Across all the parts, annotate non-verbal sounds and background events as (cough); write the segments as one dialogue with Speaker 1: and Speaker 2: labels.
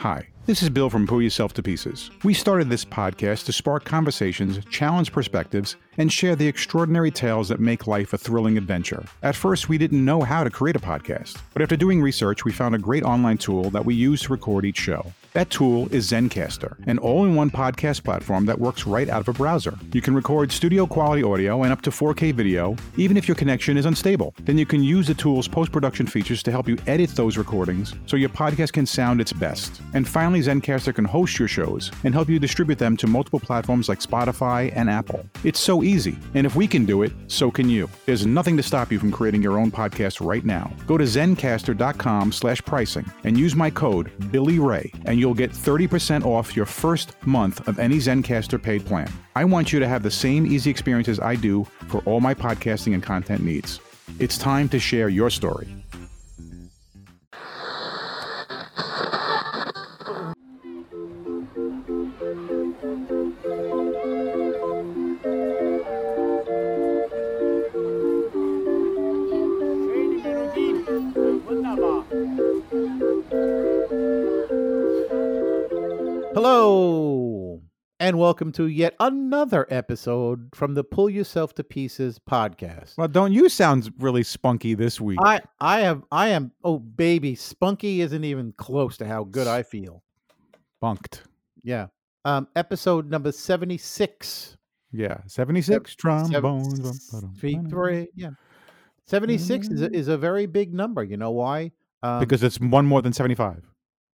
Speaker 1: Hi, this is Bill from Pull Yourself to Pieces. We started this podcast to spark conversations, challenge perspectives, and share the extraordinary tales that make life a thrilling adventure. At first, we didn't know how to create a podcast, but after doing research, we found a great online tool that we use to record each show. That tool is Zencaster, an all in one podcast platform that works right out of a browser. You can record studio quality audio and up to 4K video, even if your connection is unstable. Then you can use the tool's post production features to help you edit those recordings so your podcast can sound its best. And finally, Zencaster can host your shows and help you distribute them to multiple platforms like Spotify and Apple. It's so easy, and if we can do it, so can you. There's nothing to stop you from creating your own podcast right now. Go to zencaster.com slash pricing and use my code BILLYRAY, and you'll get 30% off your first month of any Zencaster paid plan. I want you to have the same easy experience as I do for all my podcasting and content needs. It's time to share your story.
Speaker 2: Schöne Melodien. Wunderbar.
Speaker 3: Hello, and welcome to yet another episode from the Pull Yourself to Pieces podcast.
Speaker 1: Well, don't you sound really spunky this week?
Speaker 3: I, I am, I am. Oh, baby, Spunky isn't even close to how good I feel.
Speaker 1: Bunked.
Speaker 3: Yeah. Um, episode number seventy-six.
Speaker 1: Yeah, 76
Speaker 3: Seven-
Speaker 1: trombones. bum, ba-dum,
Speaker 3: three-
Speaker 1: ba-dum.
Speaker 3: three- yeah. Seventy-six is a, is a very big number. You know why? Um,
Speaker 1: because it's one more than 75.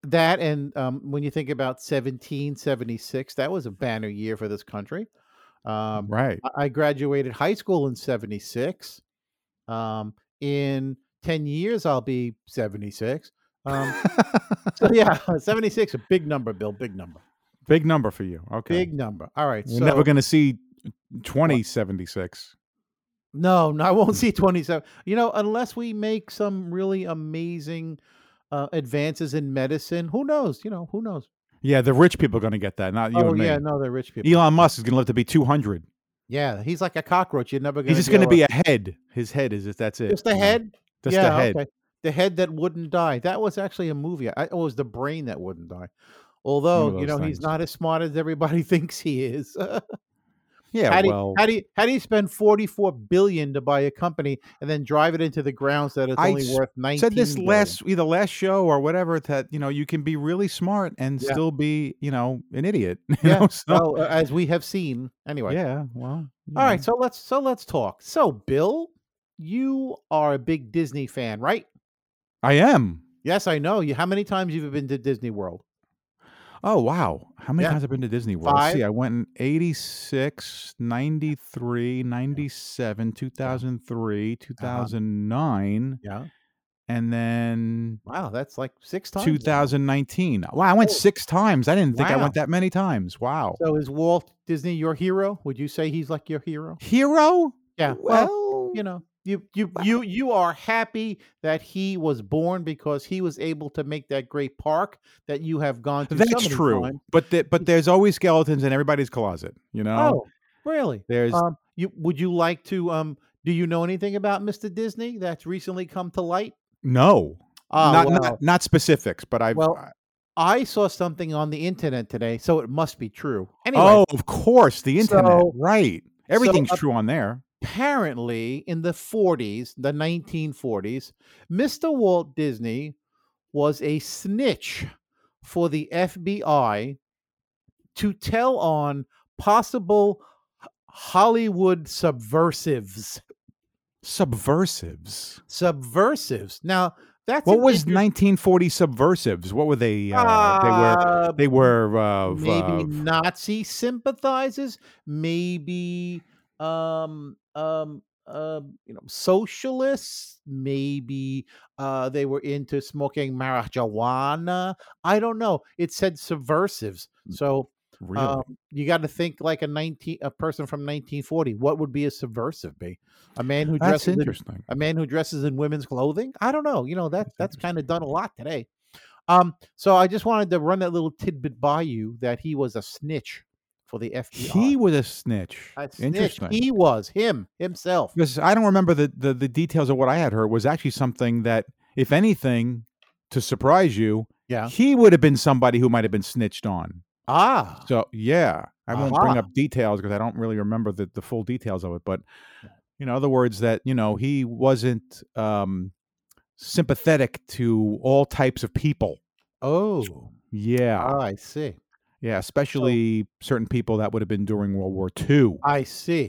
Speaker 3: that and um, when you think about 1776 that was a banner year for this country um,
Speaker 1: Right.
Speaker 3: I- I graduated high school in 76. Um, in 10 years, I'll be 76. Um,
Speaker 1: (laughs)
Speaker 3: so yeah, (laughs) 76, a big number, Bill, big number,
Speaker 1: Big number for you. Okay.
Speaker 3: big number. All right.
Speaker 1: We're
Speaker 3: so,
Speaker 1: never going to see 2076.
Speaker 3: (laughs) no, no, I
Speaker 1: Hmm.
Speaker 3: won't see 27. You know, unless we make some really amazing uh, advances in medicine, who knows? You know, who knows?
Speaker 1: Yeah, the rich people are going to get that, not you
Speaker 3: oh,
Speaker 1: and me.
Speaker 3: yeah, no, they're rich people.
Speaker 1: Elon Musk is going to live to be 200.
Speaker 3: yeah, he's like a cockroach. You're never going
Speaker 1: He's just going to
Speaker 3: able
Speaker 1: be a head. His head is just that's it.
Speaker 3: just
Speaker 1: you
Speaker 3: a
Speaker 1: know,
Speaker 3: head.
Speaker 1: Just
Speaker 3: yeah,
Speaker 1: a head.
Speaker 3: Okay. The head that wouldn't die. That was actually a movie. I, oh, it was the brain that wouldn't die. Although
Speaker 1: those
Speaker 3: you know
Speaker 1: things.
Speaker 3: he's not as smart as everybody (laughs) thinks he is.
Speaker 1: Yeah,
Speaker 3: how, do, you-
Speaker 1: well,
Speaker 3: how do you how do you spend forty four billion to buy a company and then drive it into the ground so that it's
Speaker 1: I
Speaker 3: only
Speaker 1: s-
Speaker 3: worth nineteen?
Speaker 1: said this
Speaker 3: billion? (laughs)
Speaker 1: last either last show or whatever that you know you can be really smart and
Speaker 3: Yeah.
Speaker 1: still be you know an idiot. (laughs) You
Speaker 3: Yeah,
Speaker 1: know, so-
Speaker 3: Well, uh, as we have seen, anyway.
Speaker 1: yeah. Mm-hmm. Well, you
Speaker 3: All
Speaker 1: know.
Speaker 3: right. So let's so let's talk. So Bill, you are a big Disney fan, right?
Speaker 1: I am.
Speaker 3: Yes, I know. You how many times you've been to Disney World?
Speaker 1: Oh wow! How many
Speaker 3: Yeah.
Speaker 1: times have I been to Disney World? Let's See,
Speaker 3: Five.
Speaker 1: I went in 86, 93, 97, 2003,
Speaker 3: Uh-huh.
Speaker 1: 2009,
Speaker 3: Yeah.
Speaker 1: and then
Speaker 3: Wow, that's like six times. now.
Speaker 1: 2019. Wow, I went
Speaker 3: Oh.
Speaker 1: six times. I didn't think I
Speaker 3: Wow.
Speaker 1: went that many times. Wow.
Speaker 3: So is Walt Disney your hero? Would you say he's like your hero?
Speaker 1: Hero?
Speaker 3: Yeah.
Speaker 1: Well,
Speaker 3: Well, you know, you you you you are happy that he was born because he was able to make that great park that you have gone to. so
Speaker 1: that's
Speaker 3: many
Speaker 1: true.
Speaker 3: times.
Speaker 1: But the, but there's always skeletons in everybody's closet. You know,
Speaker 3: Hmm. Oh, really?
Speaker 1: there's
Speaker 3: Um, you would you like to um? Do you know anything about Mr. Disney that's recently come to light?
Speaker 1: no,
Speaker 3: Ah,
Speaker 1: not,
Speaker 3: well,
Speaker 1: not not specifics, but I've.
Speaker 3: Well,
Speaker 1: I-
Speaker 3: I saw something on the internet today, so it must be true. Anyway,
Speaker 1: oh, of course, the internet.
Speaker 3: So-
Speaker 1: right, everything's
Speaker 3: up-
Speaker 1: true on there.
Speaker 3: apparently in the 40s, the 1940s, Mr. Walt Disney was a snitch for the FBI to tell on possible Hollywood subversives.
Speaker 1: Subversives.
Speaker 3: Subversives. Now, that's
Speaker 1: What
Speaker 3: an
Speaker 1: was
Speaker 3: inter-
Speaker 1: 1940 subversives? What were they? Uh,
Speaker 3: Uh,
Speaker 1: they were. They were. Uh,
Speaker 3: maybe
Speaker 1: of-
Speaker 3: Nazi sympathizers, maybe um um uh, you know socialists, maybe uh they were into smoking marijuana. I don't know. It said subversives. So
Speaker 1: Mm, really?
Speaker 3: um, you got to think like a nineteen a person from 1940. What would be a subversive be? A man who
Speaker 1: that's
Speaker 3: dresses in
Speaker 1: interesting.
Speaker 3: a man who dresses in women's clothing i don't know you know that that's kind of done a lot today um so i just wanted to run that little tidbit by you that he was a snitch for the fbi
Speaker 1: He was a snitch.
Speaker 3: uh, a snitch.
Speaker 1: Interesting.
Speaker 3: he was him himself
Speaker 1: because I don't remember the, the the details of what I had heard was actually something that, if anything, to surprise you,
Speaker 3: Yeah.
Speaker 1: He would have been somebody who might have been snitched on.
Speaker 3: Ah.
Speaker 1: So yeah, I won't bring
Speaker 3: Aha.
Speaker 1: up details because I don't really remember the, the full details of it. But in other words, that you know he wasn't um, sympathetic to all types of people.
Speaker 3: oh.
Speaker 1: Yeah,
Speaker 3: Ah, I see.
Speaker 1: yeah, especially certain people that would have been during World War II.
Speaker 3: I see.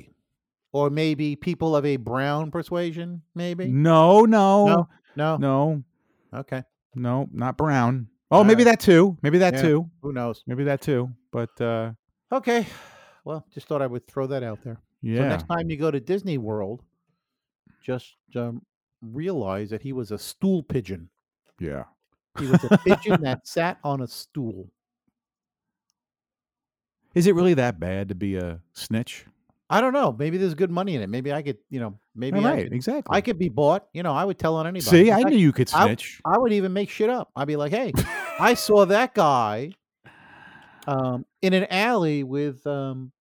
Speaker 3: Or maybe people of a brown persuasion, maybe?
Speaker 1: No, no, no,
Speaker 3: No? Oh.
Speaker 1: no,
Speaker 3: Okay.
Speaker 1: no, not Brown. Oh,
Speaker 3: All
Speaker 1: maybe that too. Maybe that
Speaker 3: Yeah.
Speaker 1: too.
Speaker 3: Who knows?
Speaker 1: Maybe that too. But uh,
Speaker 3: Okay. (sighs) Well, just thought I would throw that out there. So
Speaker 1: yeah,
Speaker 3: next time you go to Disney World, just um, realize that he was a stool pigeon.
Speaker 1: yeah.
Speaker 3: He was a
Speaker 1: (laughs)
Speaker 3: pigeon that sat on a stool.
Speaker 1: Is it really that bad to be a snitch?
Speaker 3: I don't know. Maybe there's good money in it. Maybe I could, you know, maybe I,
Speaker 1: right,
Speaker 3: could,
Speaker 1: exactly.
Speaker 3: I could be bought. You know, I would tell on anybody.
Speaker 1: See,
Speaker 3: In
Speaker 1: I
Speaker 3: fact,
Speaker 1: knew you could
Speaker 3: I-
Speaker 1: snitch.
Speaker 3: I would even make shit up. I'd be like, hey,
Speaker 1: (laughs)
Speaker 3: I saw that guy um, in an alley with um,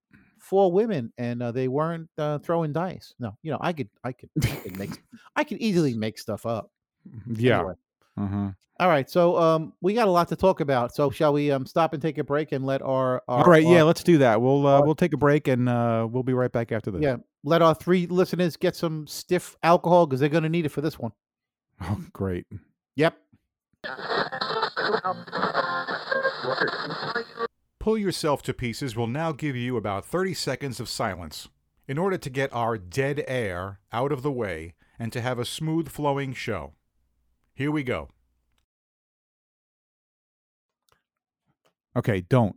Speaker 3: four women, and uh, they weren't uh, throwing dice. No, you know, I could, I could, I could make, I could easily make stuff up.
Speaker 1: Mm, yeah.
Speaker 3: Anyway.
Speaker 1: Uh-huh.
Speaker 3: All right, so um, we got a lot to talk about. So shall we um, stop and take a break and let our,
Speaker 1: All
Speaker 3: our
Speaker 1: right, yeah,
Speaker 3: our-
Speaker 1: let's do that. We'll uh,
Speaker 3: our-
Speaker 1: we'll take a break and uh, we'll be right back after this.
Speaker 3: yeah let our three listeners get some stiff alcohol because they're going to need it for this one.
Speaker 1: Oh, great.
Speaker 3: Yep.
Speaker 1: Pull Yourself to Pieces will now give you about 30 seconds of silence. In order to get our dead air out of the way and to have a smooth flowing show. Here we go. Okay, don't.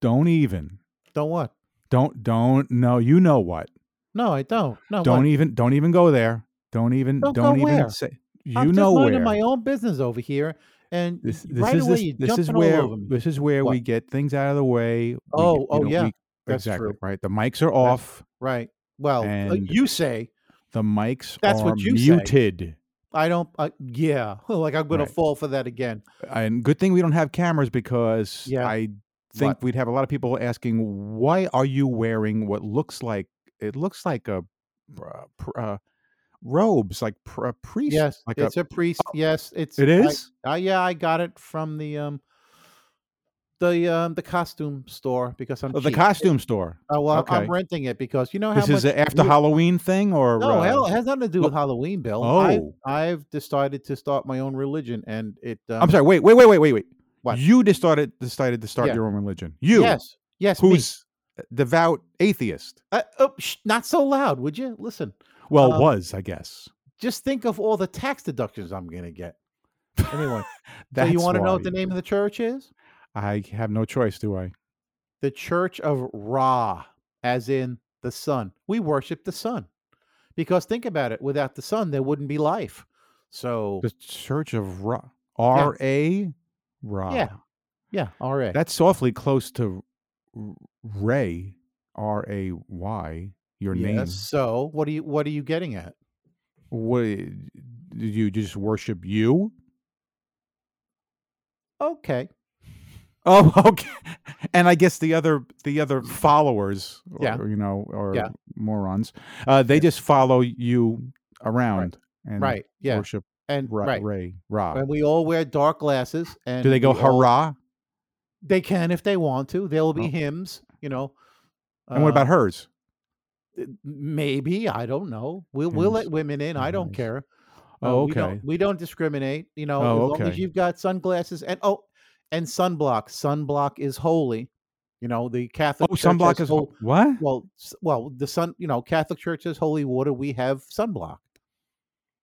Speaker 1: Don't even.
Speaker 3: Don't what?
Speaker 1: Don't don't no, you know what.
Speaker 3: No, I don't. No,
Speaker 1: Don't e,
Speaker 3: what?
Speaker 1: even don't even go there. Don't even
Speaker 3: Don't
Speaker 1: don't,
Speaker 3: go
Speaker 1: even
Speaker 3: where?
Speaker 1: say you
Speaker 3: I'm
Speaker 1: know
Speaker 3: just
Speaker 1: where.
Speaker 3: minding my own business over here, and
Speaker 1: this,
Speaker 3: y-
Speaker 1: this
Speaker 3: right
Speaker 1: is
Speaker 3: away
Speaker 1: this,
Speaker 3: you're
Speaker 1: this
Speaker 3: jumping
Speaker 1: is where
Speaker 3: all over me.
Speaker 1: this is where we
Speaker 3: What?
Speaker 1: get things out of the way. we get-
Speaker 3: Oh,
Speaker 1: you
Speaker 3: oh, yeah, that's
Speaker 1: exactly
Speaker 3: true.
Speaker 1: right. The mics are off.
Speaker 3: right. Well, uh,
Speaker 1: and-
Speaker 3: you say
Speaker 1: The mics
Speaker 3: That's
Speaker 1: are
Speaker 3: what you say.
Speaker 1: muted.
Speaker 3: I don't. Uh, yeah, (laughs) like I'm going
Speaker 1: Right.
Speaker 3: to fall for that again.
Speaker 1: And good thing we don't have cameras because
Speaker 3: Yeah.
Speaker 1: I think
Speaker 3: What?
Speaker 1: we'd have a lot of people asking, "Why are you wearing what looks like it looks like a uh, pr- uh, robes like pr- a priest?"
Speaker 3: Yes,
Speaker 1: like
Speaker 3: it's a, priest. Yes, it's.
Speaker 1: it
Speaker 3: I-
Speaker 1: is?
Speaker 3: I, Uh, yeah, I got it from the um, the um, the costume store because I'm
Speaker 1: a, Oh, the
Speaker 3: cheap.
Speaker 1: costume store.
Speaker 3: Uh, well, I'm- I'm
Speaker 1: okay.
Speaker 3: renting it because you know how
Speaker 1: This
Speaker 3: much
Speaker 1: is a after
Speaker 3: we-
Speaker 1: Halloween thing, or
Speaker 3: No,
Speaker 1: uh,
Speaker 3: hell, it has nothing to do
Speaker 1: no-
Speaker 3: with Halloween, Bill. I've,
Speaker 1: Oh.
Speaker 3: I've decided to start my own religion, and it. Um,
Speaker 1: I'm sorry. Wait, wait, wait, wait, wait, wait.
Speaker 3: What?
Speaker 1: You just started decided to start
Speaker 3: Yeah.
Speaker 1: your own religion. You,
Speaker 3: Yes, yes. me.
Speaker 1: who's a devout atheist.
Speaker 3: Uh, oh, sh- not so loud, would you? Listen,
Speaker 1: Well,
Speaker 3: Um,
Speaker 1: was I guess. (laughs)
Speaker 3: just think of all the tax deductions I'm going to get. Anyway, so
Speaker 1: That's
Speaker 3: you want to know
Speaker 1: why.
Speaker 3: what the name of the church is?
Speaker 1: I have no choice, do I?
Speaker 3: The Church of Ra, as in the sun. We worship the sun because think about it. Without the sun, there wouldn't be life. So
Speaker 1: The Church of Ra, R A, Ra.
Speaker 3: Yeah. yeah, all right.
Speaker 1: That's awfully close to R- Ray, R A Y. Your name.
Speaker 3: Yes, so what are you what are you getting at?
Speaker 1: What? Did you just worship you?
Speaker 3: Okay.
Speaker 1: Oh, (laughs) okay. And I guess the other the other followers, or,
Speaker 3: Yeah.
Speaker 1: you know, or
Speaker 3: Yeah.
Speaker 1: morons, uh, they just follow you around and
Speaker 3: right. Yeah.
Speaker 1: worship
Speaker 3: and
Speaker 1: Ra,
Speaker 3: right.
Speaker 1: Ray Ra.
Speaker 3: And we all wear dark glasses and
Speaker 1: Do they go
Speaker 3: we all-
Speaker 1: hurrah?
Speaker 3: They can if they want to. There will be
Speaker 1: Oh.
Speaker 3: hymns, you know.
Speaker 1: and what
Speaker 3: uh,
Speaker 1: about hers?
Speaker 3: Uh, maybe I don't know. We'll we'll
Speaker 1: Yes.
Speaker 3: let women in. I don't
Speaker 1: Nice.
Speaker 3: care.
Speaker 1: Oh,
Speaker 3: uh, we
Speaker 1: okay.
Speaker 3: Um, don't, we don't discriminate. You
Speaker 1: Oh,
Speaker 3: know, as long as
Speaker 1: okay.
Speaker 3: you've got sunglasses and oh, and sunblock. Sunblock is holy. You know, the Catholic.
Speaker 1: Oh,
Speaker 3: Church has
Speaker 1: sunblock is
Speaker 3: hol-
Speaker 1: hol- what?
Speaker 3: well, s- well, the sun. You know, Catholic Church has holy water. We have sunblock.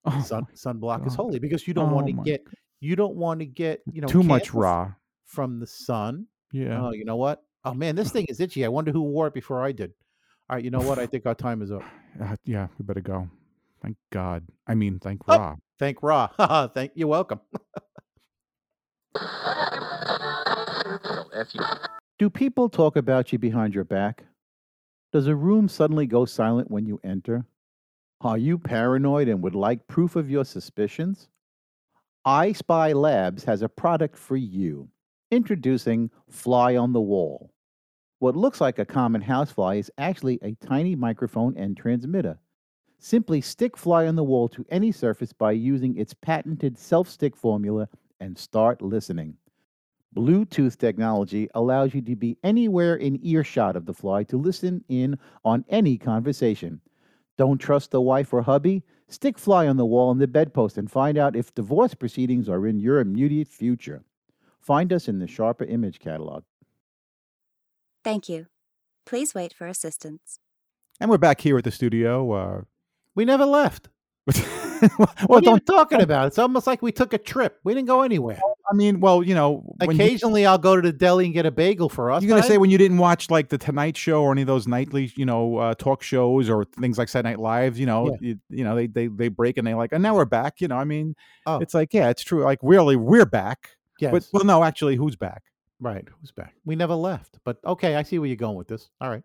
Speaker 1: Oh, (laughs)
Speaker 3: Sun sunblock is
Speaker 1: God.
Speaker 3: holy because you don't want
Speaker 1: Oh
Speaker 3: to
Speaker 1: my
Speaker 3: get you don't want to get you know
Speaker 1: too much
Speaker 3: cancer
Speaker 1: Ra.
Speaker 3: from the sun.
Speaker 1: Yeah.
Speaker 3: Oh, you know what? Oh
Speaker 1: (laughs)
Speaker 3: man, this thing is itchy. I wonder who wore it before I did. All right, you know what? I think our time is up.
Speaker 1: Uh, yeah, we better go. Thank God. I mean, thank
Speaker 3: Oh.
Speaker 1: Ra.
Speaker 3: Thank Ra. (laughs) Haha, Thank you're welcome. (laughs) Do people talk about you behind your back? Does a room suddenly go silent when you enter? Are you paranoid and would like proof of your suspicions? I Spy Labs has a product for you. Introducing Fly on the Wall. What looks like a common housefly is actually a tiny microphone and transmitter. Simply stick fly on the wall to any surface by using its patented self stick formula and start listening. Bluetooth technology allows you to be anywhere in earshot of the fly to listen in on any conversation. Don't trust the wife or hubby? Stick fly on the wall in the bedpost and find out if divorce proceedings are in your immediate future. Find us in the Sharper Image catalog.
Speaker 4: Thank you. Please wait for assistance.
Speaker 1: And we're back here at the studio. Uh, (laughs)
Speaker 3: We never left.
Speaker 1: well,
Speaker 3: What are you
Speaker 1: don't.
Speaker 3: (laughs) talking about? It's almost like we took a trip. We didn't go anywhere.
Speaker 1: I mean, well, you know, when you-
Speaker 3: Occasionally, I'll go to the deli and get a bagel for us.
Speaker 1: You're gonna
Speaker 3: but I-
Speaker 1: say when you didn't watch like the Tonight Show or any of those nightly, you know, uh, talk shows or things like Saturday Night Live, you know, you, you know, they they they break and they like, and now we're back. You know, I mean,
Speaker 3: Oh.
Speaker 1: it's like, yeah, it's true. Like, really, we're back.
Speaker 3: yes.
Speaker 1: But well, no, actually, who's back?
Speaker 3: Right. Who's back? We never left. But okay, I see where you're going with this. All right.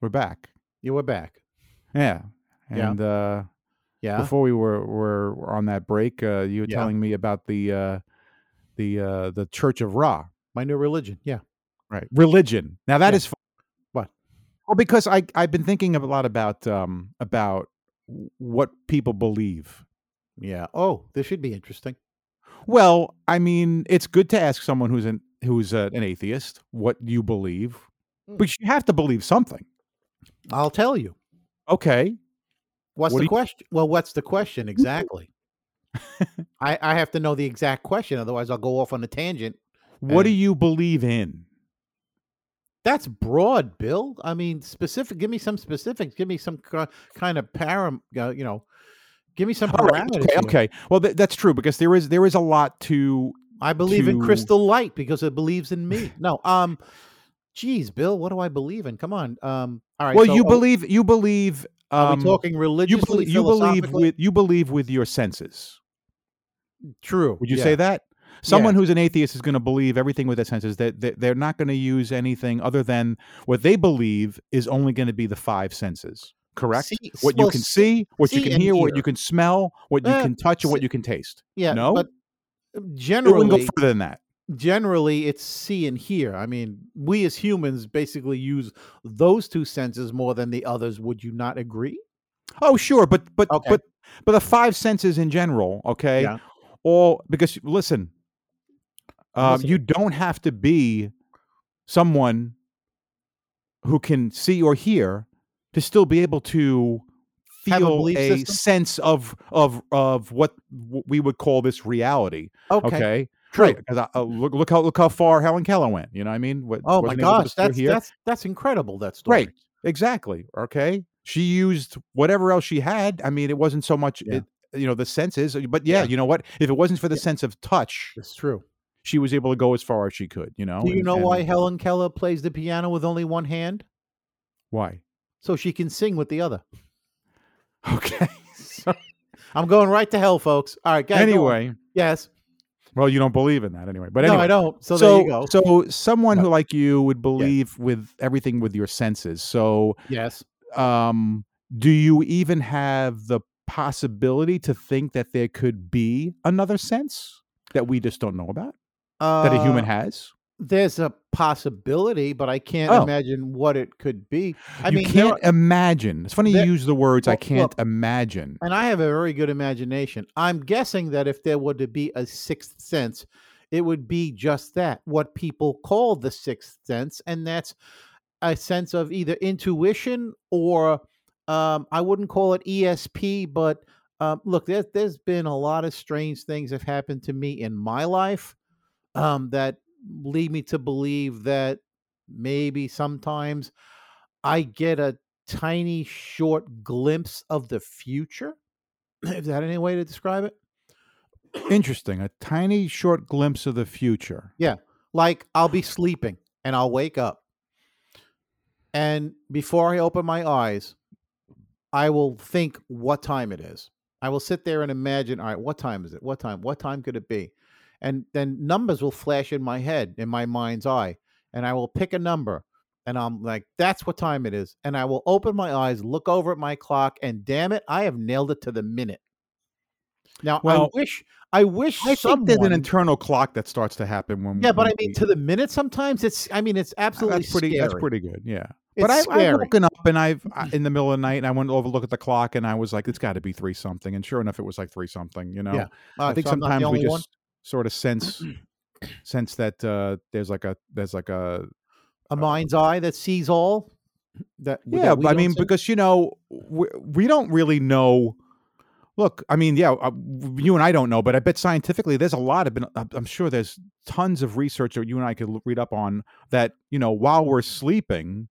Speaker 1: We're back.
Speaker 3: You were back.
Speaker 1: Yeah.
Speaker 3: Yeah.
Speaker 1: And uh,
Speaker 3: Yeah.
Speaker 1: before we were, were were on that break, uh, you were
Speaker 3: Yeah.
Speaker 1: telling me about the uh, the uh, the Church of Ra,
Speaker 3: My new religion. Yeah.
Speaker 1: right? Religion. Now that
Speaker 3: Yeah.
Speaker 1: is. fu-
Speaker 3: What?
Speaker 1: Well, because I I've been thinking a lot about um about w- what people believe.
Speaker 3: Yeah. Oh, this should be interesting.
Speaker 1: Well, I mean, it's good to ask someone who's an who's a, an atheist what you believe,
Speaker 3: Mm.
Speaker 1: but you have to believe something.
Speaker 3: I'll tell you.
Speaker 1: Okay,
Speaker 3: What's
Speaker 1: What do
Speaker 3: the
Speaker 1: you-
Speaker 3: question? Well, what's the question (laughs) exactly? I, I have to know the exact question, otherwise I'll go off on a tangent.
Speaker 1: what do
Speaker 3: And-
Speaker 1: you believe in?
Speaker 3: That's broad, Bill. I mean, specific. Give me some specifics. Give me some ki- kind of param. Uh, you know, give me some
Speaker 1: All right,
Speaker 3: parameters.
Speaker 1: okay,
Speaker 3: here.
Speaker 1: okay. Well, th- that's true because there is there is a lot to.
Speaker 3: I believe in
Speaker 1: to-
Speaker 3: crystal light because it believes in
Speaker 1: (laughs)
Speaker 3: me. No, um, geez, Bill, what do I believe in? Come on, um, all right.
Speaker 1: well,
Speaker 3: so
Speaker 1: you
Speaker 3: are-
Speaker 1: believe you believe.
Speaker 3: Are
Speaker 1: Um,
Speaker 3: we talking
Speaker 1: you
Speaker 3: religiously?
Speaker 1: believe you believe
Speaker 3: philosophically?
Speaker 1: with you believe with your senses.
Speaker 3: True.
Speaker 1: Would you
Speaker 3: yeah.
Speaker 1: say that? Someone who's an atheist is going to believe everything with their senses. That that they're not going to use anything other than what they believe is only going to be the five senses. Correct.
Speaker 3: See-
Speaker 1: what
Speaker 3: well,
Speaker 1: you can
Speaker 3: s-
Speaker 1: see, what you
Speaker 3: see
Speaker 1: can
Speaker 3: and
Speaker 1: hear, what
Speaker 3: hear.
Speaker 1: you can smell, what you
Speaker 3: Eh,
Speaker 1: can touch, and what
Speaker 3: s-
Speaker 1: you can taste.
Speaker 3: Yeah.
Speaker 1: no?
Speaker 3: But uh,
Speaker 1: It wouldn't go
Speaker 3: generally,
Speaker 1: further than that.
Speaker 3: generally it's see and hear. I mean, we as humans basically use those two senses more than the others. Would you not agree?
Speaker 1: Oh, sure, but but
Speaker 3: Okay.
Speaker 1: but but the five senses in general, okay,
Speaker 3: Yeah.
Speaker 1: all because listen,
Speaker 3: I'm
Speaker 1: um, you don't have to be someone who can see or hear to still be able to
Speaker 3: Have a
Speaker 1: feel
Speaker 3: belief
Speaker 1: a,
Speaker 3: system?
Speaker 1: sense of of of what w- we would call this reality. Okay,
Speaker 3: True.
Speaker 1: because I, uh, look look how look how far Helen Keller went. You know what I mean? What,
Speaker 3: Oh my
Speaker 1: wasn't able to
Speaker 3: gosh,
Speaker 1: still
Speaker 3: that's
Speaker 1: hear.
Speaker 3: that's that's incredible. That story.
Speaker 1: Right. Exactly. Okay. She used whatever else she had. I mean, it wasn't so much
Speaker 3: Yeah.
Speaker 1: it, you know, the senses, uh, but yeah,
Speaker 3: Yeah.
Speaker 1: you know what? If it wasn't for the
Speaker 3: Yeah.
Speaker 1: sense of touch,
Speaker 3: It's true.
Speaker 1: she was able to go as far as she could, you know.
Speaker 3: Do you
Speaker 1: Oh, and-
Speaker 3: know
Speaker 1: and-
Speaker 3: why Helen Keller plays the piano with only one hand?
Speaker 1: Why? (laughs)
Speaker 3: So she can sing with the other.
Speaker 1: Okay. So
Speaker 3: I'm going right to hell, folks. All right, guys.
Speaker 1: anyway,
Speaker 3: Yes.
Speaker 1: well, you don't believe in that anyway. But
Speaker 3: no,
Speaker 1: anyway,
Speaker 3: I don't. So,
Speaker 1: So,
Speaker 3: there you go.
Speaker 1: so someone
Speaker 3: No.
Speaker 1: who like you would believe with everything with your senses. So,
Speaker 3: yes.
Speaker 1: um, do you even have the possibility to think that there could be another sense that we just don't know about
Speaker 3: Uh,
Speaker 1: that a human has?
Speaker 3: There's a possibility, but I can't
Speaker 1: Oh.
Speaker 3: imagine what it could be. I
Speaker 1: you
Speaker 3: mean, there
Speaker 1: can't imagine. It's funny
Speaker 3: there-
Speaker 1: you use the words I
Speaker 3: well,
Speaker 1: can't imagine.
Speaker 3: And I have a very good imagination. I'm guessing that if there were to be a sixth sense, it would be just that what people call the sixth sense. And that's a sense of either intuition or um, I wouldn't call it ESP, but um, look, there's, there's been a lot of strange things have happened to me in my life um, that lead me to believe that maybe sometimes I get a tiny short glimpse of the future. (clears throat) Is that any way to describe it?
Speaker 1: Interesting. A tiny short glimpse of the future.
Speaker 3: Like I'll be sleeping and I'll wake up. And before I open my eyes, I will think what time it is. I will sit there and imagine, all right, what time is it? What time? What time could it be? And then numbers will flash in my head, in my mind's eye, and I will pick a number. And I'm like, that's what time it is. And I will open my eyes, look over at my clock, and damn it, I have nailed it to the minute. Now
Speaker 1: Well,
Speaker 3: I wish I wish
Speaker 1: I
Speaker 3: someone,
Speaker 1: think there's an internal clock that starts to happen when.
Speaker 3: Yeah, but
Speaker 1: when
Speaker 3: I mean
Speaker 1: we-
Speaker 3: to the minute sometimes it's I mean it's absolutely
Speaker 1: Mm-hmm. that's pretty. That's
Speaker 3: scary.
Speaker 1: pretty good. Yeah. but
Speaker 3: It's
Speaker 1: I,
Speaker 3: scary.
Speaker 1: I've woken up and I've (laughs) I, in the middle of the night and I went over to look at the clock and I was like, it's got to be three something. And sure enough, it was like three something. You know.
Speaker 3: Yeah.
Speaker 1: I
Speaker 3: All right,
Speaker 1: think
Speaker 3: so I'm not the
Speaker 1: sometimes we
Speaker 3: only
Speaker 1: just (clears throat)
Speaker 3: one?
Speaker 1: sort of sense sense that uh, there's like a there's like a
Speaker 3: a mind's eye that sees all. That
Speaker 1: yeah.
Speaker 3: that we
Speaker 1: I
Speaker 3: don't
Speaker 1: mean,
Speaker 3: see?
Speaker 1: because you know, we, we don't really know. Look, I mean, yeah, uh, w- you and I don't know, but I bet scientifically there's a lot of been. uh, I'm I'm sure there's tons of research that you and I could l- read up on that. You know, while we're sleeping,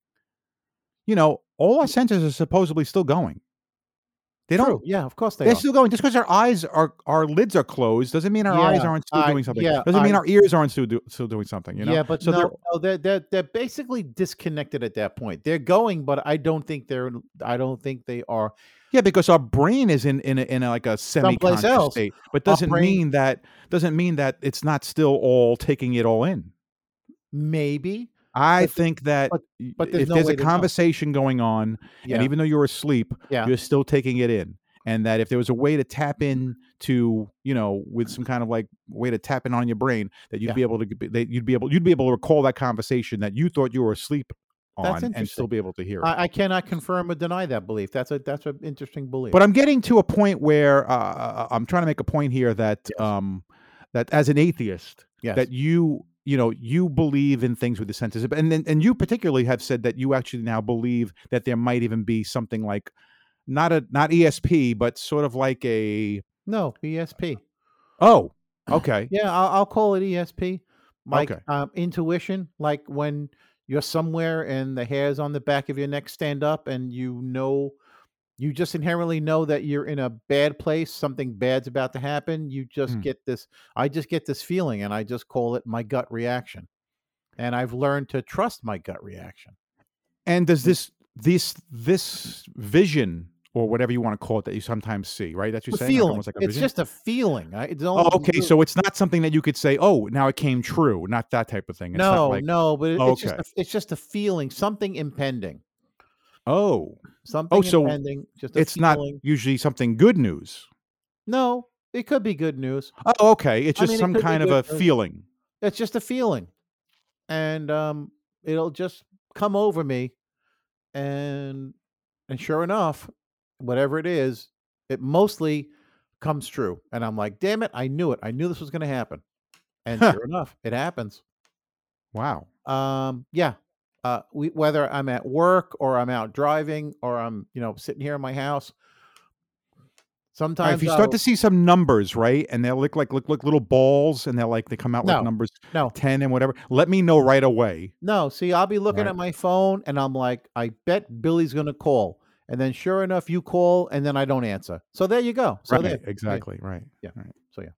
Speaker 1: you know, all our senses are supposedly still going. They don't
Speaker 3: Mm. True. Yeah, of course they
Speaker 1: They're
Speaker 3: are.
Speaker 1: still going. Just because our eyes are our lids are closed doesn't mean our eyes
Speaker 3: Yeah,
Speaker 1: aren't still
Speaker 3: I-
Speaker 1: doing something.
Speaker 3: yeah,
Speaker 1: doesn't mean
Speaker 3: I-
Speaker 1: our ears aren't still, do, still doing something. You know.
Speaker 3: yeah, but
Speaker 1: so
Speaker 3: no,
Speaker 1: they're-
Speaker 3: no, they're, they're they're basically disconnected at that point. They're going, but I don't think they're. I don't think they are.
Speaker 1: yeah, because our brain is in in a, in a, like a semi
Speaker 3: else.
Speaker 1: state, but
Speaker 3: Our
Speaker 1: doesn't
Speaker 3: brain-
Speaker 1: mean that doesn't mean that it's not still all taking it all in.
Speaker 3: Maybe,
Speaker 1: I
Speaker 3: But the-
Speaker 1: think that y-
Speaker 3: but there's
Speaker 1: if
Speaker 3: no
Speaker 1: there's
Speaker 3: way
Speaker 1: a
Speaker 3: to know.
Speaker 1: conversation going on,
Speaker 3: yeah,
Speaker 1: and even though you're asleep,
Speaker 3: Yeah.
Speaker 1: you're still taking it in. And that if there was a way to tap in to, you know, with some kind of like way to tap in on your brain, that you'd
Speaker 3: Yeah.
Speaker 1: be able to, g- be- that you'd be able, you'd be able to recall that conversation that you thought you were asleep
Speaker 3: That's
Speaker 1: on, and still
Speaker 3: interesting.
Speaker 1: be able to hear. it.
Speaker 3: I, I cannot confirm or deny that belief. That's a that's an interesting belief.
Speaker 1: but I'm getting to a point where uh, I'm trying to make a point here that,
Speaker 3: Yes.
Speaker 1: um, that as an atheist,
Speaker 3: yes.
Speaker 1: that you you know you believe in things with the senses and then and you particularly have said that you actually now believe that there might even be something like not a not esp but sort of like a
Speaker 3: no E ESP. (clears throat)
Speaker 1: oh okay
Speaker 3: Yeah, I'll, I'll call it ESP. Like
Speaker 1: Okay.
Speaker 3: um, intuition, like when you're somewhere and the hairs on the back of your neck stand up, and you know, you just inherently know that you're in a bad place. Something bad's about to happen. You just
Speaker 1: Mm.
Speaker 3: get this. I just get this feeling, and I just call it my gut reaction. And I've learned to trust my gut reaction.
Speaker 1: and does this this this vision or whatever you want to call it that you sometimes see right that you
Speaker 3: It's a
Speaker 1: say
Speaker 3: feeling. it's just a feeling. I, it's only,
Speaker 1: oh, okay so it's not something that you could say oh now it came true not that type of thing it's
Speaker 3: no,
Speaker 1: not like
Speaker 3: no, but it- it's just
Speaker 1: Okay.
Speaker 3: a, it's just a feeling. Something impending.
Speaker 1: oh
Speaker 3: Something
Speaker 1: so
Speaker 3: impending. Just a
Speaker 1: it's not
Speaker 3: feeling.
Speaker 1: usually something good news
Speaker 3: No, it could be good news.
Speaker 1: oh okay it's
Speaker 3: I
Speaker 1: just
Speaker 3: mean, it
Speaker 1: some
Speaker 3: could be
Speaker 1: kind of a
Speaker 3: good news.
Speaker 1: feeling
Speaker 3: It's just a feeling, and um, it'll just come over me, and and sure enough, whatever it is, it mostly comes true. And I'm like, damn it, I knew it. I knew this was going to happen, and
Speaker 1: Huh.
Speaker 3: sure enough, it happens.
Speaker 1: wow
Speaker 3: Um, yeah. Uh, we, whether I'm at work or I'm out driving or I'm you know sitting here in my house,
Speaker 1: All right,
Speaker 3: sometimes
Speaker 1: if you start
Speaker 3: I'll-
Speaker 1: to see some numbers, right, and they look like look like little balls, and they're like they come out
Speaker 3: No.
Speaker 1: like numbers
Speaker 3: no
Speaker 1: ten and whatever, let me know right away.
Speaker 3: No, see, I'll be looking
Speaker 1: Right.
Speaker 3: at my phone and I'm like, I bet Billy's going to call. And then sure enough, you call and then I don't answer. So there you go. So
Speaker 1: right,
Speaker 3: there.
Speaker 1: exactly, right.
Speaker 3: (laughs)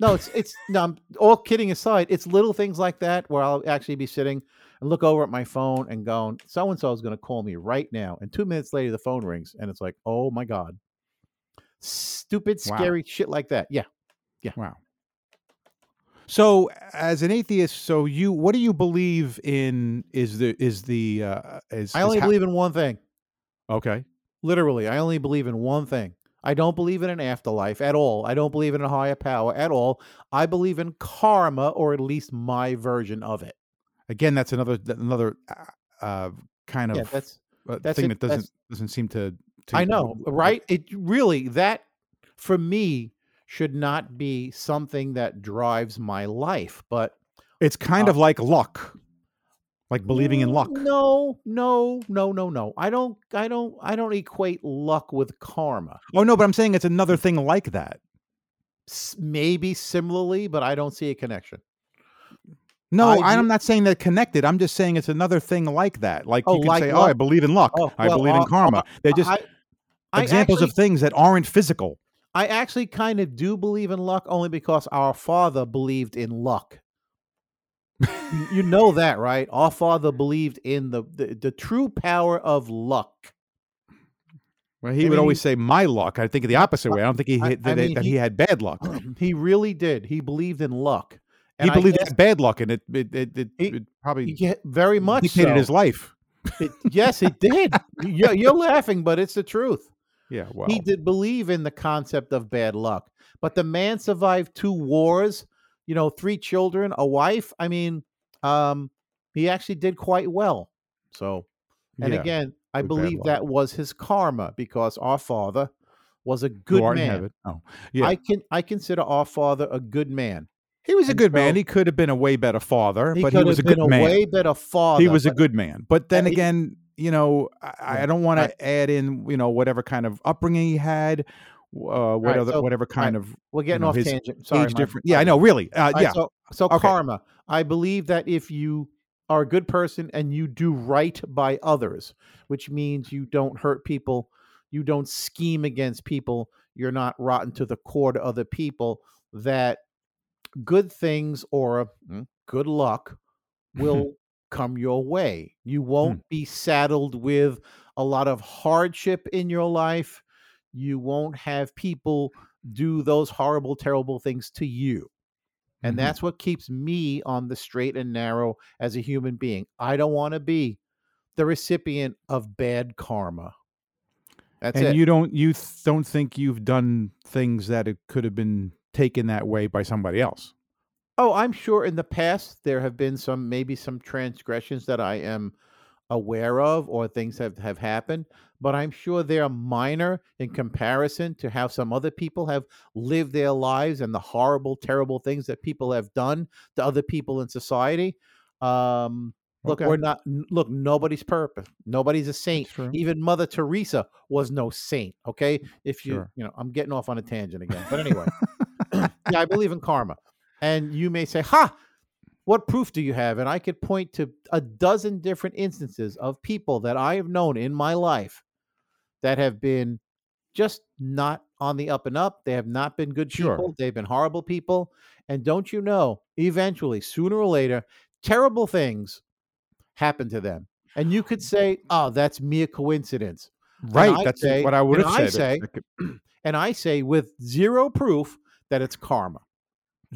Speaker 3: No, it's, it's, no, I'm, all kidding aside, it's little things like that where I'll actually be sitting and look over at my phone and going, so and so is going to call me right now. And two minutes later, the phone rings and it's like, oh my God. Stupid,
Speaker 1: Wow.
Speaker 3: scary shit like that. Yeah.
Speaker 1: Wow. So, as an atheist, so you, what do you believe in? Is the is the uh, is
Speaker 3: I
Speaker 1: is
Speaker 3: only
Speaker 1: hap-
Speaker 3: believe in one thing.
Speaker 1: okay,
Speaker 3: Literally, I only believe in one thing. I don't believe in an afterlife at all. I don't believe in a higher power at all. I believe in karma, or at least my version of it.
Speaker 1: again, that's another th- another uh, uh, kind of
Speaker 3: Yeah, that's
Speaker 1: uh,
Speaker 3: that's
Speaker 1: thing
Speaker 3: it-
Speaker 1: that doesn't
Speaker 3: that's-
Speaker 1: doesn't seem to. to
Speaker 3: I know, right? It really that for me should not be something that drives my life, but
Speaker 1: It's kind
Speaker 3: Uh,
Speaker 1: of like luck, like believing in luck.
Speaker 3: No, no, no, no, no. I don't I don't I don't equate luck with karma.
Speaker 1: Oh no, but I'm saying it's another thing like that.
Speaker 3: S- maybe similarly, but I don't see a connection.
Speaker 1: No,
Speaker 3: I
Speaker 1: I
Speaker 3: do-
Speaker 1: am not saying they're connected. I'm just saying it's another thing like that. Like
Speaker 3: Oh,
Speaker 1: you can
Speaker 3: like
Speaker 1: say, "Oh,
Speaker 3: luck.
Speaker 1: I believe in luck.
Speaker 3: Oh,
Speaker 1: I
Speaker 3: well,
Speaker 1: believe
Speaker 3: uh,
Speaker 1: in
Speaker 3: uh,
Speaker 1: karma." they're just
Speaker 3: I, I
Speaker 1: examples
Speaker 3: actually-
Speaker 1: of things that aren't physical.
Speaker 3: I actually kind of do believe in luck only because our father believed in luck. You- you know that, right? Our father believed in the the, the true power of luck.
Speaker 1: Well,
Speaker 3: I
Speaker 1: he would
Speaker 3: mean,
Speaker 1: always say, "My luck." I think the opposite way. I don't think he
Speaker 3: I-
Speaker 1: hit,
Speaker 3: I
Speaker 1: that,
Speaker 3: mean,
Speaker 1: that he,
Speaker 3: he-
Speaker 1: had bad
Speaker 3: (clears throat)
Speaker 1: luck.
Speaker 3: he really did. He believed in luck.
Speaker 1: He
Speaker 3: And I
Speaker 1: believed he
Speaker 3: guess
Speaker 1: had bad luck, and it it it, it,
Speaker 3: He-
Speaker 1: it probably
Speaker 3: he- very much
Speaker 1: dictated
Speaker 3: so.
Speaker 1: his life.
Speaker 3: It- yes, it did. you're, you're laughing, but it's the truth.
Speaker 1: Yeah, well,
Speaker 3: he did believe in the concept of bad luck. But the man survived two wars, you know, three children, a wife. I mean, um, he actually did quite well. So, and
Speaker 1: yeah,
Speaker 3: again, I
Speaker 1: with bad
Speaker 3: believe
Speaker 1: luck.
Speaker 3: that was his karma because our father was a
Speaker 1: who
Speaker 3: good
Speaker 1: art in
Speaker 3: man.
Speaker 1: heaven. Oh, yeah.
Speaker 3: I can I consider our father a good man. He
Speaker 1: He's a good man. He could have been a way better father,
Speaker 3: he
Speaker 1: but
Speaker 3: could
Speaker 1: he was a
Speaker 3: have
Speaker 1: good
Speaker 3: been a
Speaker 1: man.
Speaker 3: way better father.
Speaker 1: he was a
Speaker 3: Oh, but-
Speaker 1: good man. But then
Speaker 3: Yeah, he-
Speaker 1: again, you know, I, I
Speaker 3: Right,
Speaker 1: don't want
Speaker 3: right.
Speaker 1: to add in, you know, whatever kind of upbringing he had, uh, what
Speaker 3: Right,
Speaker 1: other,
Speaker 3: so-
Speaker 1: whatever kind of
Speaker 3: We're getting
Speaker 1: know,
Speaker 3: off
Speaker 1: his
Speaker 3: tangent. Sorry,
Speaker 1: age
Speaker 3: Mike.
Speaker 1: difference. Yeah, I
Speaker 3: Sorry.
Speaker 1: know. Really. Uh,
Speaker 3: All right,
Speaker 1: yeah.
Speaker 3: So, so
Speaker 1: Okay.
Speaker 3: karma. I believe that if you are a good person and you do right by others, which means you don't hurt people, you don't scheme against people, you're not rotten to the core to other people, that good things or mm,
Speaker 1: (laughs)
Speaker 3: good luck will come your way.
Speaker 1: Hmm.
Speaker 3: You won't be saddled with a lot of hardship in your life. You won't have people do those horrible, terrible things to you. And
Speaker 1: Mhm.
Speaker 3: that's what keeps me on the straight and narrow as a human being. I don't want to be the recipient of bad karma. That's
Speaker 1: and
Speaker 3: it.
Speaker 1: you don't you th- don't think you've done things that it could have been taken that way by somebody else.
Speaker 3: oh, I'm sure in the past there have been some maybe some transgressions that I am aware of or things have, have happened, but I'm sure they're minor in comparison to how some other people have lived their lives and the horrible, terrible things that people have done to other people in society. Um Look,
Speaker 1: Okay.
Speaker 3: we're not. n- Look, nobody's perfect. Nobody's a saint.
Speaker 1: That's true.
Speaker 3: Even Mother Teresa was no saint. Okay, if you,
Speaker 1: Sure.
Speaker 3: you know, I'm getting off on a tangent again. But
Speaker 1: (laughs)
Speaker 3: anyway, (clears throat) yeah, I believe in karma. And you may say, "Ha, what proof do you have?" And I could point to a dozen different instances of people that I have known in my life that have been just not on the up and up. They have not been good
Speaker 1: Sure.
Speaker 3: people. They've been horrible people. And don't you know, eventually, sooner or later, terrible things happen to them. And you
Speaker 1: Mm.
Speaker 3: could say, "Oh, that's mere coincidence."
Speaker 1: Right.
Speaker 3: I
Speaker 1: That's
Speaker 3: say-
Speaker 1: what I would
Speaker 3: and
Speaker 1: have
Speaker 3: I
Speaker 1: said.
Speaker 3: say-
Speaker 1: It- it- (clears throat)
Speaker 3: (clears throat) And I say with zero proof that it's karma.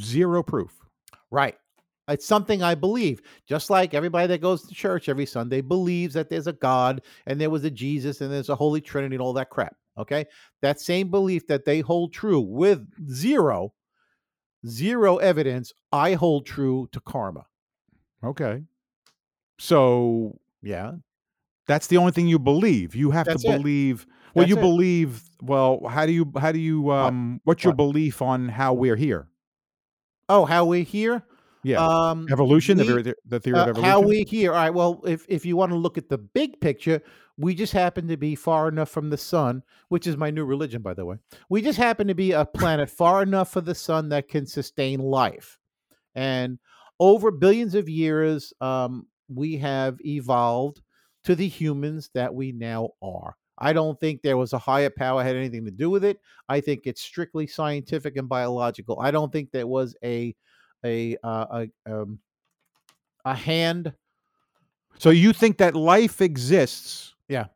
Speaker 1: Zero proof.
Speaker 3: Right. It's something I believe. Just like everybody that goes to church every Sunday believes that there's a God and there was a Jesus and there's a Holy Trinity and all that crap. Okay. That same belief that they hold true with zero, zero evidence, I hold true to karma.
Speaker 1: Okay. So
Speaker 3: Yeah.
Speaker 1: that's the only thing you believe. You have
Speaker 3: That's
Speaker 1: to
Speaker 3: it.
Speaker 1: believe. Well, you
Speaker 3: That's it.
Speaker 1: believe. Well, how do you? How do you? Um, What's your
Speaker 3: What?
Speaker 1: belief on how we're here?
Speaker 3: Oh, how we're here?
Speaker 1: Yeah.
Speaker 3: Um,
Speaker 1: evolution.
Speaker 3: we-
Speaker 1: the, ver- the theory of
Speaker 3: uh,
Speaker 1: evolution.
Speaker 3: how we here. All right. Well, if if you want to look at the big picture, we just happen to be far enough from the sun, which is my new religion, by the way. We just happen to be a planet far enough for the sun that can sustain life, and over billions of years, um, we have evolved to the humans that we now are. I don't think there was a higher power had anything to do with it. I think it's strictly scientific and biological. I don't think there was a a uh, a um, a hand
Speaker 1: so you think that life exists?
Speaker 3: Yeah.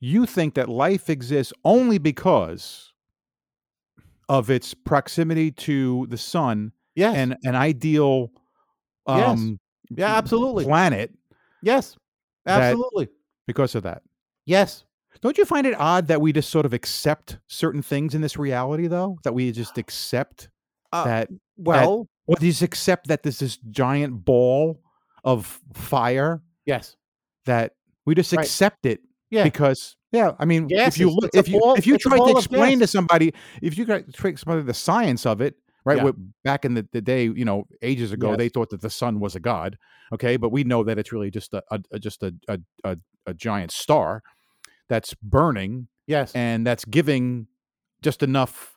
Speaker 1: You think that life exists only because of its proximity to the sun
Speaker 3: Yes.
Speaker 1: and an ideal
Speaker 3: Yes.
Speaker 1: um,
Speaker 3: yeah, absolutely.
Speaker 1: planet
Speaker 3: Yes.
Speaker 1: that-
Speaker 3: Absolutely.
Speaker 1: because of that.
Speaker 3: yes.
Speaker 1: Don't you find it odd that we just sort of accept certain things in this reality, though? That we just accept
Speaker 3: Ah. Uh,
Speaker 1: that,
Speaker 3: Well,
Speaker 1: or just accept that there's this giant ball of fire
Speaker 3: yes.
Speaker 1: that we just
Speaker 3: Right.
Speaker 1: accept it
Speaker 3: Yeah.
Speaker 1: because, yeah, I mean, if you
Speaker 3: Gases.
Speaker 1: look,
Speaker 3: It's a
Speaker 1: if you
Speaker 3: ball-
Speaker 1: if you
Speaker 3: it's a
Speaker 1: try to
Speaker 3: ball of
Speaker 1: explain to
Speaker 3: gas.
Speaker 1: somebody, if you try to explain to somebody the science of it, right?
Speaker 3: Yeah.
Speaker 1: what- back in the, the day, you know, ages ago,
Speaker 3: Yes.
Speaker 1: they thought that the sun was a god, okay, but we know that it's really just a, a, a just a, a a a giant star that's burning
Speaker 3: Yes.
Speaker 1: and that's giving just enough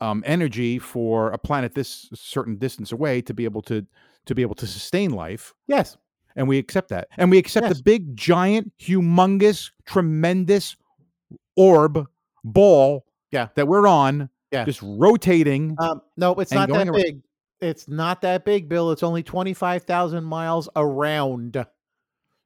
Speaker 1: um, energy for a planet this certain distance away to be able to to be able to sustain life
Speaker 3: yes.
Speaker 1: and we accept that and we accept
Speaker 3: Yes.
Speaker 1: the big giant humongous tremendous orb ball
Speaker 3: Yeah.
Speaker 1: that we're on
Speaker 3: Yeah.
Speaker 1: just rotating
Speaker 3: Um, no, it's
Speaker 1: and
Speaker 3: not
Speaker 1: going
Speaker 3: that
Speaker 1: around-
Speaker 3: big. It's not that big, Bill. It's only 25,000 miles around.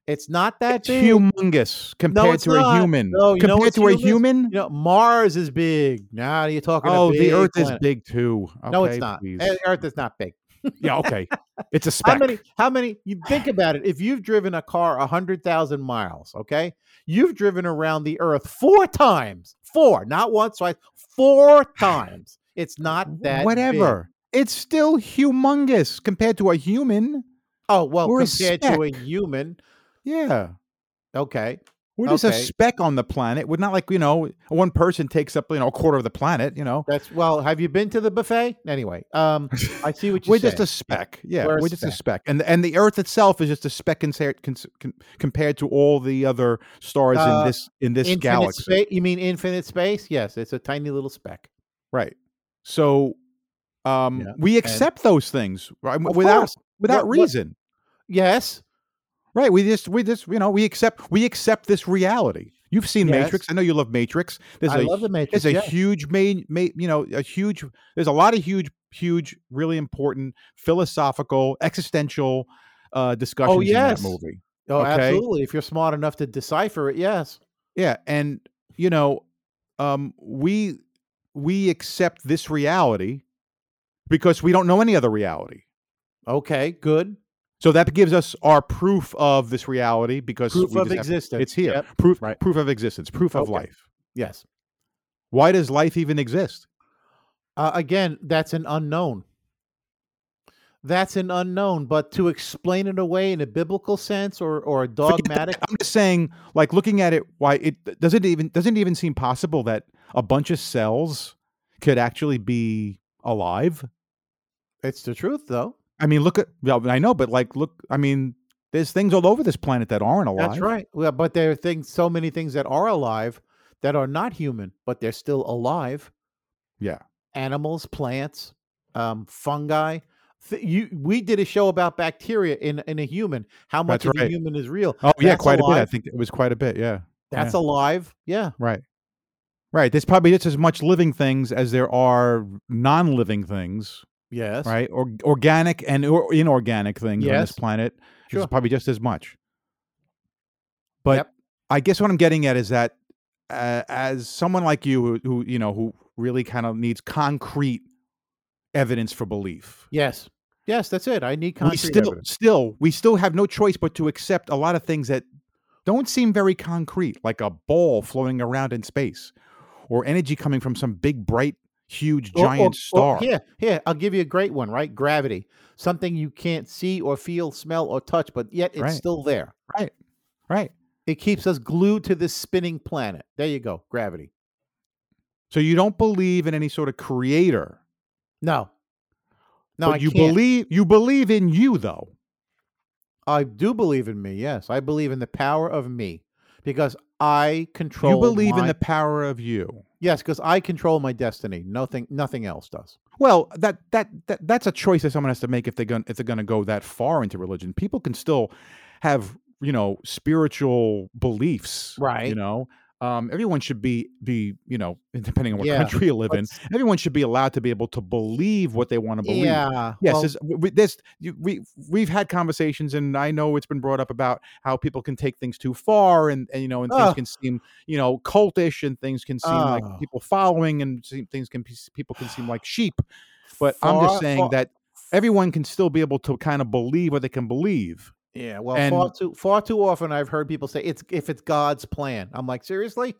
Speaker 3: It's not that
Speaker 1: it's
Speaker 3: big.
Speaker 1: humongous compared
Speaker 3: it's
Speaker 1: to a
Speaker 3: not.
Speaker 1: human
Speaker 3: No, you know
Speaker 1: compared
Speaker 3: what's
Speaker 1: to a
Speaker 3: humongous?
Speaker 1: human
Speaker 3: You know, Mars is big. Now you're talking a
Speaker 1: oh the
Speaker 3: big
Speaker 1: earth is
Speaker 3: planet.
Speaker 1: big too
Speaker 3: No,
Speaker 1: Okay,
Speaker 3: it's not.
Speaker 1: please.
Speaker 3: Eh, Earth is not big.
Speaker 1: yeah okay
Speaker 3: (laughs)
Speaker 1: it's a speck
Speaker 3: How many? How many? You think about it. If you've driven a car a hundred thousand miles, okay, you've driven around the Earth four times. Four, not once, twice, four times. It's not that. big.
Speaker 1: whatever. It's still humongous compared to a human.
Speaker 3: Oh well,
Speaker 1: We're a
Speaker 3: compared to a
Speaker 1: speck.
Speaker 3: human,
Speaker 1: Yeah.
Speaker 3: okay.
Speaker 1: We're just a
Speaker 3: Okay.
Speaker 1: speck on the planet. We're not like you know one person takes up you know a quarter of the planet. You know,
Speaker 3: That's well. Have you been to the buffet? Anyway,
Speaker 1: (laughs)
Speaker 3: um, I see what you
Speaker 1: we're just a
Speaker 3: saying.
Speaker 1: speck. Yeah,
Speaker 3: We're
Speaker 1: we're,
Speaker 3: a
Speaker 1: just a speck, and and the Earth itself is just a speck consa- cons- con- compared to all the other stars
Speaker 3: Uh,
Speaker 1: in this in this
Speaker 3: infinite
Speaker 1: galaxy.
Speaker 3: Space, you mean infinite space? Yes, it's a tiny little speck.
Speaker 1: Right. So um
Speaker 3: Yeah,
Speaker 1: we accept those things right
Speaker 3: Of
Speaker 1: without
Speaker 3: course.
Speaker 1: without
Speaker 3: What- what-
Speaker 1: reason.
Speaker 3: Yes,
Speaker 1: Right. We just we just you know, we accept we accept this reality. You've seen
Speaker 3: Yes.
Speaker 1: Matrix. I know you love Matrix. There's
Speaker 3: I
Speaker 1: a
Speaker 3: love the Matrix.
Speaker 1: there's a
Speaker 3: yeah.
Speaker 1: huge main ma- you know, a huge there's a lot of huge huge really important philosophical existential uh discussions
Speaker 3: Oh, yes.
Speaker 1: in that movie.
Speaker 3: oh,
Speaker 1: okay.
Speaker 3: absolutely. If you're smart enough to decipher it, yes.
Speaker 1: Yeah, and you know, um, we we accept this reality because we don't know any other reality.
Speaker 3: Okay, good.
Speaker 1: So that gives us our proof of this reality because
Speaker 3: Proof
Speaker 1: we
Speaker 3: of
Speaker 1: just have-
Speaker 3: existence.
Speaker 1: it's here.
Speaker 3: Yep,
Speaker 1: Proof,
Speaker 3: right.
Speaker 1: proof of existence. Proof of
Speaker 3: Okay.
Speaker 1: life.
Speaker 3: Yes.
Speaker 1: Why does life even exist?
Speaker 3: Uh, again, that's an unknown. That's an unknown, but to explain it away in a biblical sense or, or a
Speaker 1: Forget that.
Speaker 3: dogmatic,
Speaker 1: (laughs) I'm just saying, like looking at it, why it doesn't even doesn't even seem possible that a bunch of cells could actually be alive.
Speaker 3: it's the truth, though.
Speaker 1: I mean, look at. Well, I know, but like, look. I mean, there's things all over this planet that aren't alive.
Speaker 3: That's right. Well, but there are things, so many things that are alive that are not human, but they're still alive.
Speaker 1: Yeah.
Speaker 3: Animals, plants, um, fungi. Th- you, we did a show about bacteria in in a human. How much
Speaker 1: That's
Speaker 3: of a
Speaker 1: right.
Speaker 3: human is real?
Speaker 1: Oh yeah,
Speaker 3: That's
Speaker 1: quite a bit. I
Speaker 3: alive.
Speaker 1: think it was quite a bit. Yeah.
Speaker 3: That's alive. Yeah.
Speaker 1: Right. Right. There's probably just as much living things as there are non living things,
Speaker 3: Yes.
Speaker 1: right? Or organic and or inorganic things on this
Speaker 3: Yes.
Speaker 1: planet. There's
Speaker 3: Sure.
Speaker 1: probably just as much. But
Speaker 3: Yep.
Speaker 1: I guess what I'm getting at is that uh, as someone like you who, who you know, who really kind of needs concrete evidence for belief.
Speaker 3: Yes. Yes. That's it. I need
Speaker 1: we
Speaker 3: concrete
Speaker 1: still
Speaker 3: evidence.
Speaker 1: still we still have no choice but to accept a lot of things that don't seem very concrete like a ball floating around in space or energy coming from some big bright huge
Speaker 3: Or- or-
Speaker 1: giant
Speaker 3: or-
Speaker 1: star
Speaker 3: here, here. I'll give you a great one. Right. Gravity. Something you can't see or feel, smell or touch, but yet it's
Speaker 1: Right.
Speaker 3: still there.
Speaker 1: right
Speaker 3: It keeps us glued to this spinning planet. There you go. Gravity.
Speaker 1: so you don't believe in any sort of creator
Speaker 3: No. No,
Speaker 1: but
Speaker 3: I
Speaker 1: you
Speaker 3: can't.
Speaker 1: believe you believe in you though
Speaker 3: I do believe in me. Yes, I believe in the power of me because I control.
Speaker 1: you believe in
Speaker 3: my-
Speaker 1: the power of you
Speaker 3: yes, because I control my destiny. Nothing, nothing else does.
Speaker 1: well that, that that that's a choice that someone has to make if they're going if they're going to go that far into religion people can still have you know spiritual beliefs you
Speaker 3: Right.
Speaker 1: know um, everyone should be be you know (laughs) depending on what
Speaker 3: Yeah,
Speaker 1: country you live in
Speaker 3: Let's-
Speaker 1: everyone should be allowed to be able to believe what they want to believe
Speaker 3: yeah.
Speaker 1: yes
Speaker 3: well,
Speaker 1: there's- w- we, there's- you- we, we've had conversations and i know it's been brought up about how people can take things too far and, and you know and things
Speaker 3: Ugh.
Speaker 1: can seem you know cultish and things can seem like
Speaker 3: Oh.
Speaker 1: people following and seem, things can be, people can seem like sheep but i'm
Speaker 3: far-
Speaker 1: just saying
Speaker 3: far-
Speaker 1: that everyone can still be able to kind of believe what they can believe
Speaker 3: Yeah. Well,
Speaker 1: and-
Speaker 3: far too far too often I've heard people say it's if it's God's plan. I'm like, seriously.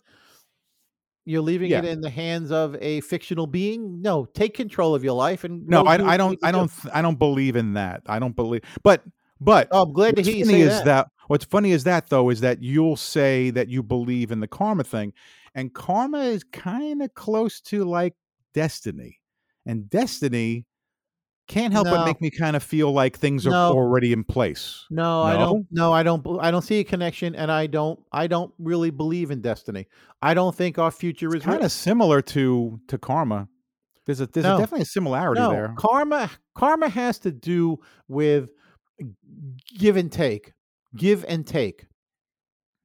Speaker 3: You're leaving
Speaker 1: Yeah.
Speaker 3: it in the hands of a fictional being? No, take control of your life and
Speaker 1: no
Speaker 3: go
Speaker 1: I,
Speaker 3: do
Speaker 1: I
Speaker 3: what you
Speaker 1: don't
Speaker 3: need to
Speaker 1: i
Speaker 3: do.
Speaker 1: don't th- i don't believe in that i don't believe but but
Speaker 3: Oh, I'm glad to
Speaker 1: what's
Speaker 3: hear you
Speaker 1: funny
Speaker 3: say
Speaker 1: is
Speaker 3: that.
Speaker 1: what's funny is that though is that you'll say that you believe in the karma thing and karma is kind of close to like destiny and destiny can't help but
Speaker 3: No.
Speaker 1: make me kind of feel like things are
Speaker 3: No.
Speaker 1: already in place
Speaker 3: No, I
Speaker 1: No?
Speaker 3: don't. No, I don't. bel- I don't see a connection, and I don't. I don't really believe in destiny. I don't think our future is
Speaker 1: kind
Speaker 3: written.
Speaker 1: of similar to to karma there's a there's a
Speaker 3: No.
Speaker 1: definitely a similarity
Speaker 3: no,
Speaker 1: there
Speaker 3: Karma. Karma has to do with g- give and take. Give and take.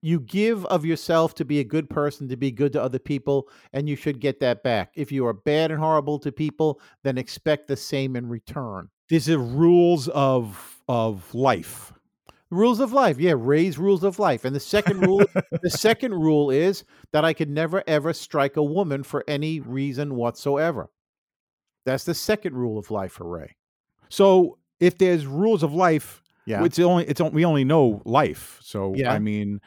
Speaker 3: You give of yourself to be a good person, to be good to other people, and you should get that back. If you are bad and horrible to people, then expect the same in return.
Speaker 1: there's the rules of of life
Speaker 3: Rules of life, yeah. Raise rules of life, and the second rule, the second rule is that I could never ever strike a woman for any reason whatsoever. That's the second rule of life for Ray.
Speaker 1: so if there's rules of life
Speaker 3: Yeah,
Speaker 1: It's only it's on- we only know life. So I
Speaker 3: Yeah.
Speaker 1: mean,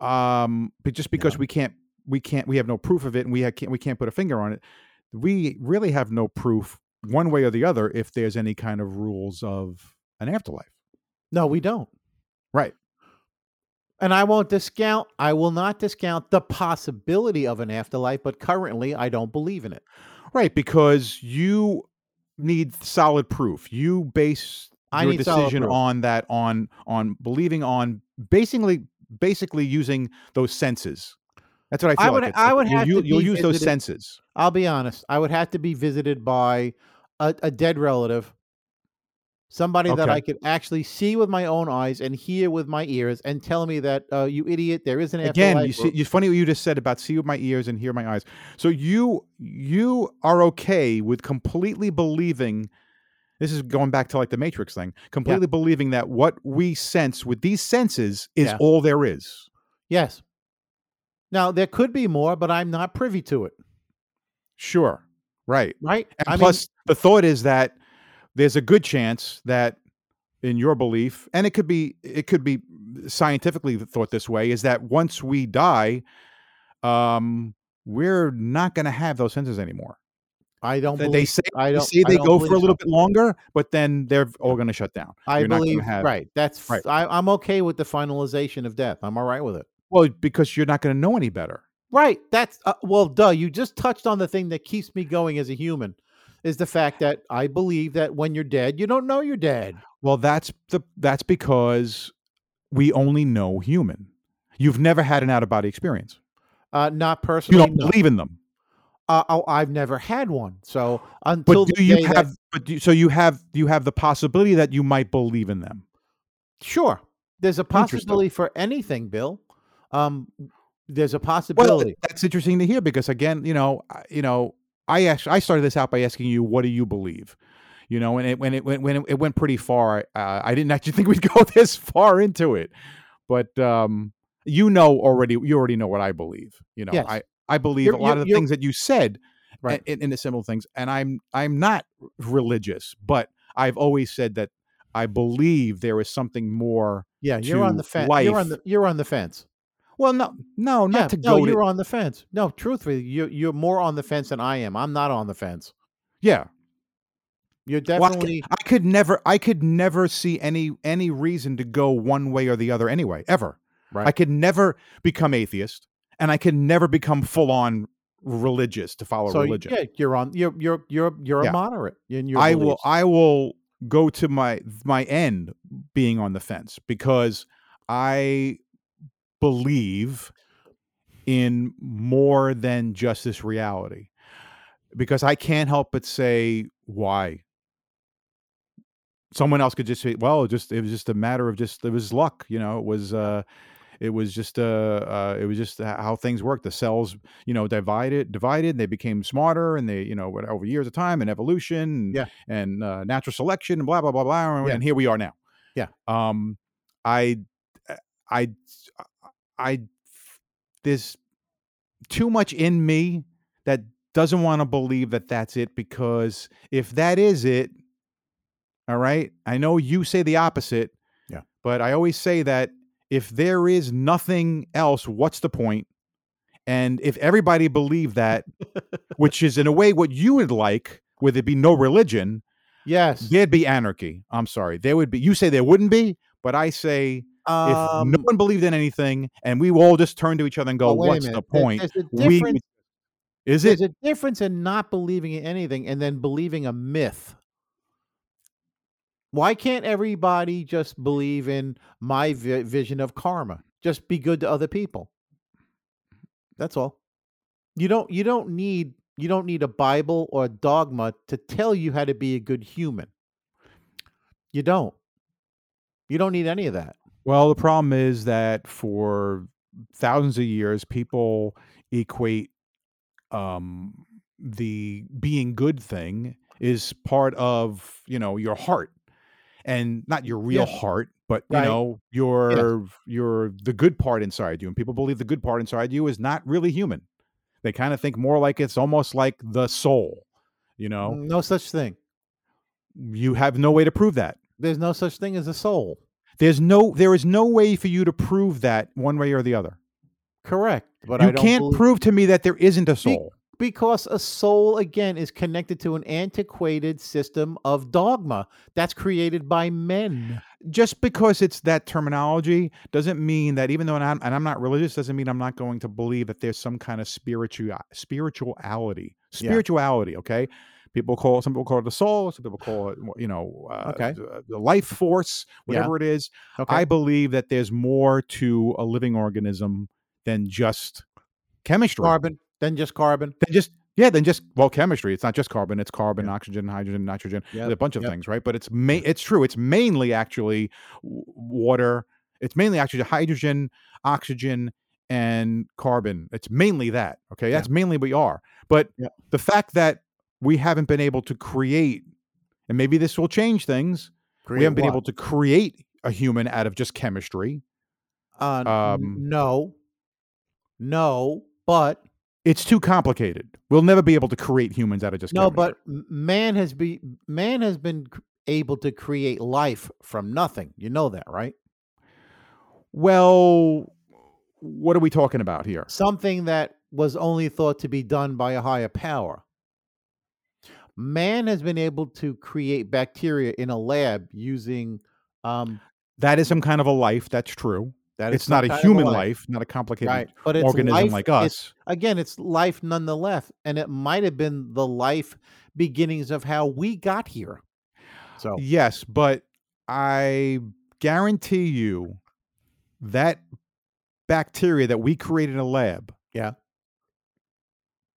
Speaker 1: um, but just because we can't we can't we have no proof of it, and we ha- can't we can't put a finger on it. We really have no proof one way or the other if there's any kind of rules of an afterlife.
Speaker 3: no, we don't.
Speaker 1: Right.
Speaker 3: And I won't discount, I will not discount the possibility of an afterlife, but currently I don't believe in it.
Speaker 1: Right, because you need solid proof. You base
Speaker 3: I
Speaker 1: your
Speaker 3: need solid
Speaker 1: decision
Speaker 3: proof.
Speaker 1: on that on on believing on basically basically using those senses. That's what I
Speaker 3: I
Speaker 1: feel
Speaker 3: would-
Speaker 1: like.
Speaker 3: I would
Speaker 1: you,
Speaker 3: have to
Speaker 1: you, you'll
Speaker 3: be
Speaker 1: use those
Speaker 3: visited-
Speaker 1: senses.
Speaker 3: I'll be honest, I would have to be visited by a, a dead relative, somebody that
Speaker 1: Okay.
Speaker 3: I could actually see with my own eyes and hear with my ears and tell me that, uh, you idiot, there is an afterlife.
Speaker 1: Again, you see,
Speaker 3: or-
Speaker 1: it's funny what you just said about see with my ears and hear my eyes. So you you are okay with completely believing. This is going back to like the Matrix thing. Completely believing that what we sense with these senses is
Speaker 3: Yeah.
Speaker 1: all there is.
Speaker 3: Yes. Now, there could be more, but I'm not privy to it,
Speaker 1: Sure, right.
Speaker 3: right?
Speaker 1: And
Speaker 3: I mean-
Speaker 1: plus, the thought is that there's a good chance that, in your belief, and it could be it could be scientifically thought this way, is that once we die, um, we're not going to have those senses anymore.
Speaker 3: I don't
Speaker 1: They-
Speaker 3: believe
Speaker 1: they say
Speaker 3: I
Speaker 1: they,
Speaker 3: don't
Speaker 1: say
Speaker 3: I
Speaker 1: they
Speaker 3: don't
Speaker 1: go for
Speaker 3: believe
Speaker 1: a little
Speaker 3: so.
Speaker 1: bit longer, but then they're all going to shut down.
Speaker 3: I
Speaker 1: You're not gonna
Speaker 3: believe
Speaker 1: have-
Speaker 3: right. That's
Speaker 1: Right.
Speaker 3: right. I, I'm okay with the finalization of death. I'm all right with it.
Speaker 1: Well, because you're not going to know any better.
Speaker 3: Right. That's uh, well, duh. You just touched on the thing that keeps me going as a human, is the fact that I believe that when you're dead, you don't know you're dead.
Speaker 1: Well, that's the that's because we only know human. You've never had an out of body experience.
Speaker 3: Uh, not
Speaker 1: You
Speaker 3: personally.
Speaker 1: don't
Speaker 3: no.
Speaker 1: believe in them.
Speaker 3: Uh, oh, I've never had one. So until
Speaker 1: but
Speaker 3: the
Speaker 1: do you
Speaker 3: day that-
Speaker 1: have but do, so you have you have the possibility that you might believe in them
Speaker 3: sure, there's a
Speaker 1: Interesting.
Speaker 3: possibility for anything, Bill. Um, there's a
Speaker 1: well
Speaker 3: possibility.
Speaker 1: that's interesting to hear because again you know I- you know i actually i started this out by asking you what do you believe you know and it when it went when it, it went pretty far uh, i didn't (laughs) actually think we'd go this far into it but um you know already you already know what i believe you know
Speaker 3: Yes.
Speaker 1: i i believe
Speaker 3: You're-
Speaker 1: a lot
Speaker 3: you're-
Speaker 1: of the
Speaker 3: you're-
Speaker 1: things that you said
Speaker 3: Right.
Speaker 1: in, in the simple things and i'm i'm not religious but i've always said that i believe there is something more
Speaker 3: yeah, you're on
Speaker 1: to
Speaker 3: the fence. You're on
Speaker 1: life.
Speaker 3: the you're on the fence.
Speaker 1: Well, no, no, not
Speaker 3: yeah,
Speaker 1: to
Speaker 3: no,
Speaker 1: go.
Speaker 3: you're
Speaker 1: to,
Speaker 3: on the fence. No, truthfully, you're you're more on the fence than I am. I'm not on the fence.
Speaker 1: yeah,
Speaker 3: You're
Speaker 1: Well, I c-
Speaker 3: definitely
Speaker 1: I could never, I could never see any any reason to go one way or the other. Anyway, ever.
Speaker 3: Right.
Speaker 1: I could never become atheist, and I could never become full on religious to follow
Speaker 3: so.
Speaker 1: religion.
Speaker 3: Yeah, you're on. You're you're you're you're
Speaker 1: Yeah.
Speaker 3: a moderate in your.
Speaker 1: I will,
Speaker 3: beliefs.
Speaker 1: I will go to my my end being on the fence because I believe in more than just this reality. Because I can't help but say, why? Someone else could just say, well, just it was just a matter of just it was luck, you know, it was uh it was just uh, uh it was just h- how things work. The cells, you know, divided divided and they became smarter and they, you know, what- over years of time and evolution and,
Speaker 3: Yeah.
Speaker 1: and uh, natural selection and blah blah blah blah and,
Speaker 3: Yeah.
Speaker 1: here we are now.
Speaker 3: Yeah.
Speaker 1: Um I uh, I I there's too much in me that doesn't want to believe that that's it because if that is it, all right, I know you say the opposite.
Speaker 3: Yeah.
Speaker 1: But I always say that if there is nothing else, what's the point? And if everybody believed that, which is in a way what you would like, where there'd be no religion,
Speaker 3: (laughs) Yes.
Speaker 1: there'd be anarchy. I'm sorry. There would be, you say there wouldn't be, but I say if
Speaker 3: um,
Speaker 1: no one believed in anything and we all just turn to each other and go,
Speaker 3: oh, wait a
Speaker 1: what's the
Speaker 3: minute. There-
Speaker 1: point?
Speaker 3: There's a
Speaker 1: We,
Speaker 3: difference.
Speaker 1: is
Speaker 3: there's
Speaker 1: it?
Speaker 3: a difference in not believing in anything and then believing a myth. Why can't everybody just believe in my vi- vision of karma? Just be good to other people. That's all. You don't you don't need you don't need a bible or a dogma to tell you how to be a good human. You don't. You don't need any of that.
Speaker 1: Well, the problem is that for thousands of years, people equate um, the being good thing is part of, you know, your heart and not your real
Speaker 3: Yes.
Speaker 1: heart, but, you
Speaker 3: Right.
Speaker 1: know, your, your, the good part inside you. And people believe the good part inside you is not really human. They kind of think more like it's almost like the soul, you know,
Speaker 3: No such thing.
Speaker 1: you have no way to prove that.
Speaker 3: There's no such thing as a soul.
Speaker 1: There's no, there is no way for you to prove that one way or the other.
Speaker 3: Correct. But
Speaker 1: you
Speaker 3: I don't
Speaker 1: can't
Speaker 3: believe-
Speaker 1: prove to me that there isn't a soul.
Speaker 3: because a soul again is connected to an antiquated system of dogma that's created by men.
Speaker 1: Just because it's that terminology doesn't mean that even though and I'm, and I'm not religious doesn't mean I'm not going to believe that there's some kind of spiritual spirituality.
Speaker 3: Yeah.
Speaker 1: Spirituality, okay? People call some people call it the soul, some people call it you know, uh,
Speaker 3: Okay.
Speaker 1: the- the life force,
Speaker 3: Yeah.
Speaker 1: whatever it is.
Speaker 3: Okay.
Speaker 1: I believe that there's more to a living organism than just chemistry.
Speaker 3: carbon, then just carbon.
Speaker 1: Than just yeah, than just well, chemistry. It's not just carbon. It's carbon,
Speaker 3: Yeah.
Speaker 1: oxygen, hydrogen, nitrogen.
Speaker 3: Yep,
Speaker 1: There's a bunch of
Speaker 3: yep. Mm.
Speaker 1: things, right? But it's ma- it's true. It's mainly actually w- water. It's mainly actually hydrogen, oxygen, and carbon. It's mainly that. Okay,
Speaker 3: Yeah.
Speaker 1: that's mainly what you are. But
Speaker 3: Yep.
Speaker 1: the fact that we haven't been able to create, and maybe this will change things. we haven't been able to create a human out of just chemistry.
Speaker 3: Uh, n-
Speaker 1: um,
Speaker 3: no, no, but
Speaker 1: it's too complicated. We'll never be able to create humans out of just
Speaker 3: no,
Speaker 1: chemistry.
Speaker 3: but m- man has be man has been c- able to create life from nothing. You know that, right?
Speaker 1: well, what are we talking about here?
Speaker 3: something that was only thought to be done by a higher power. Man has been able to create bacteria in a lab using um
Speaker 1: That is some kind of a life. That's true.
Speaker 3: that is
Speaker 1: It's
Speaker 3: some
Speaker 1: not a
Speaker 3: kind of
Speaker 1: human life, not a complicated
Speaker 3: right? But it's
Speaker 1: organism
Speaker 3: life,
Speaker 1: like
Speaker 3: it's-
Speaker 1: us.
Speaker 3: again, it's life nonetheless, and it might have been the life beginnings of how we got here. So
Speaker 1: Yes, but I guarantee you that bacteria that we created in a lab.
Speaker 3: Yeah.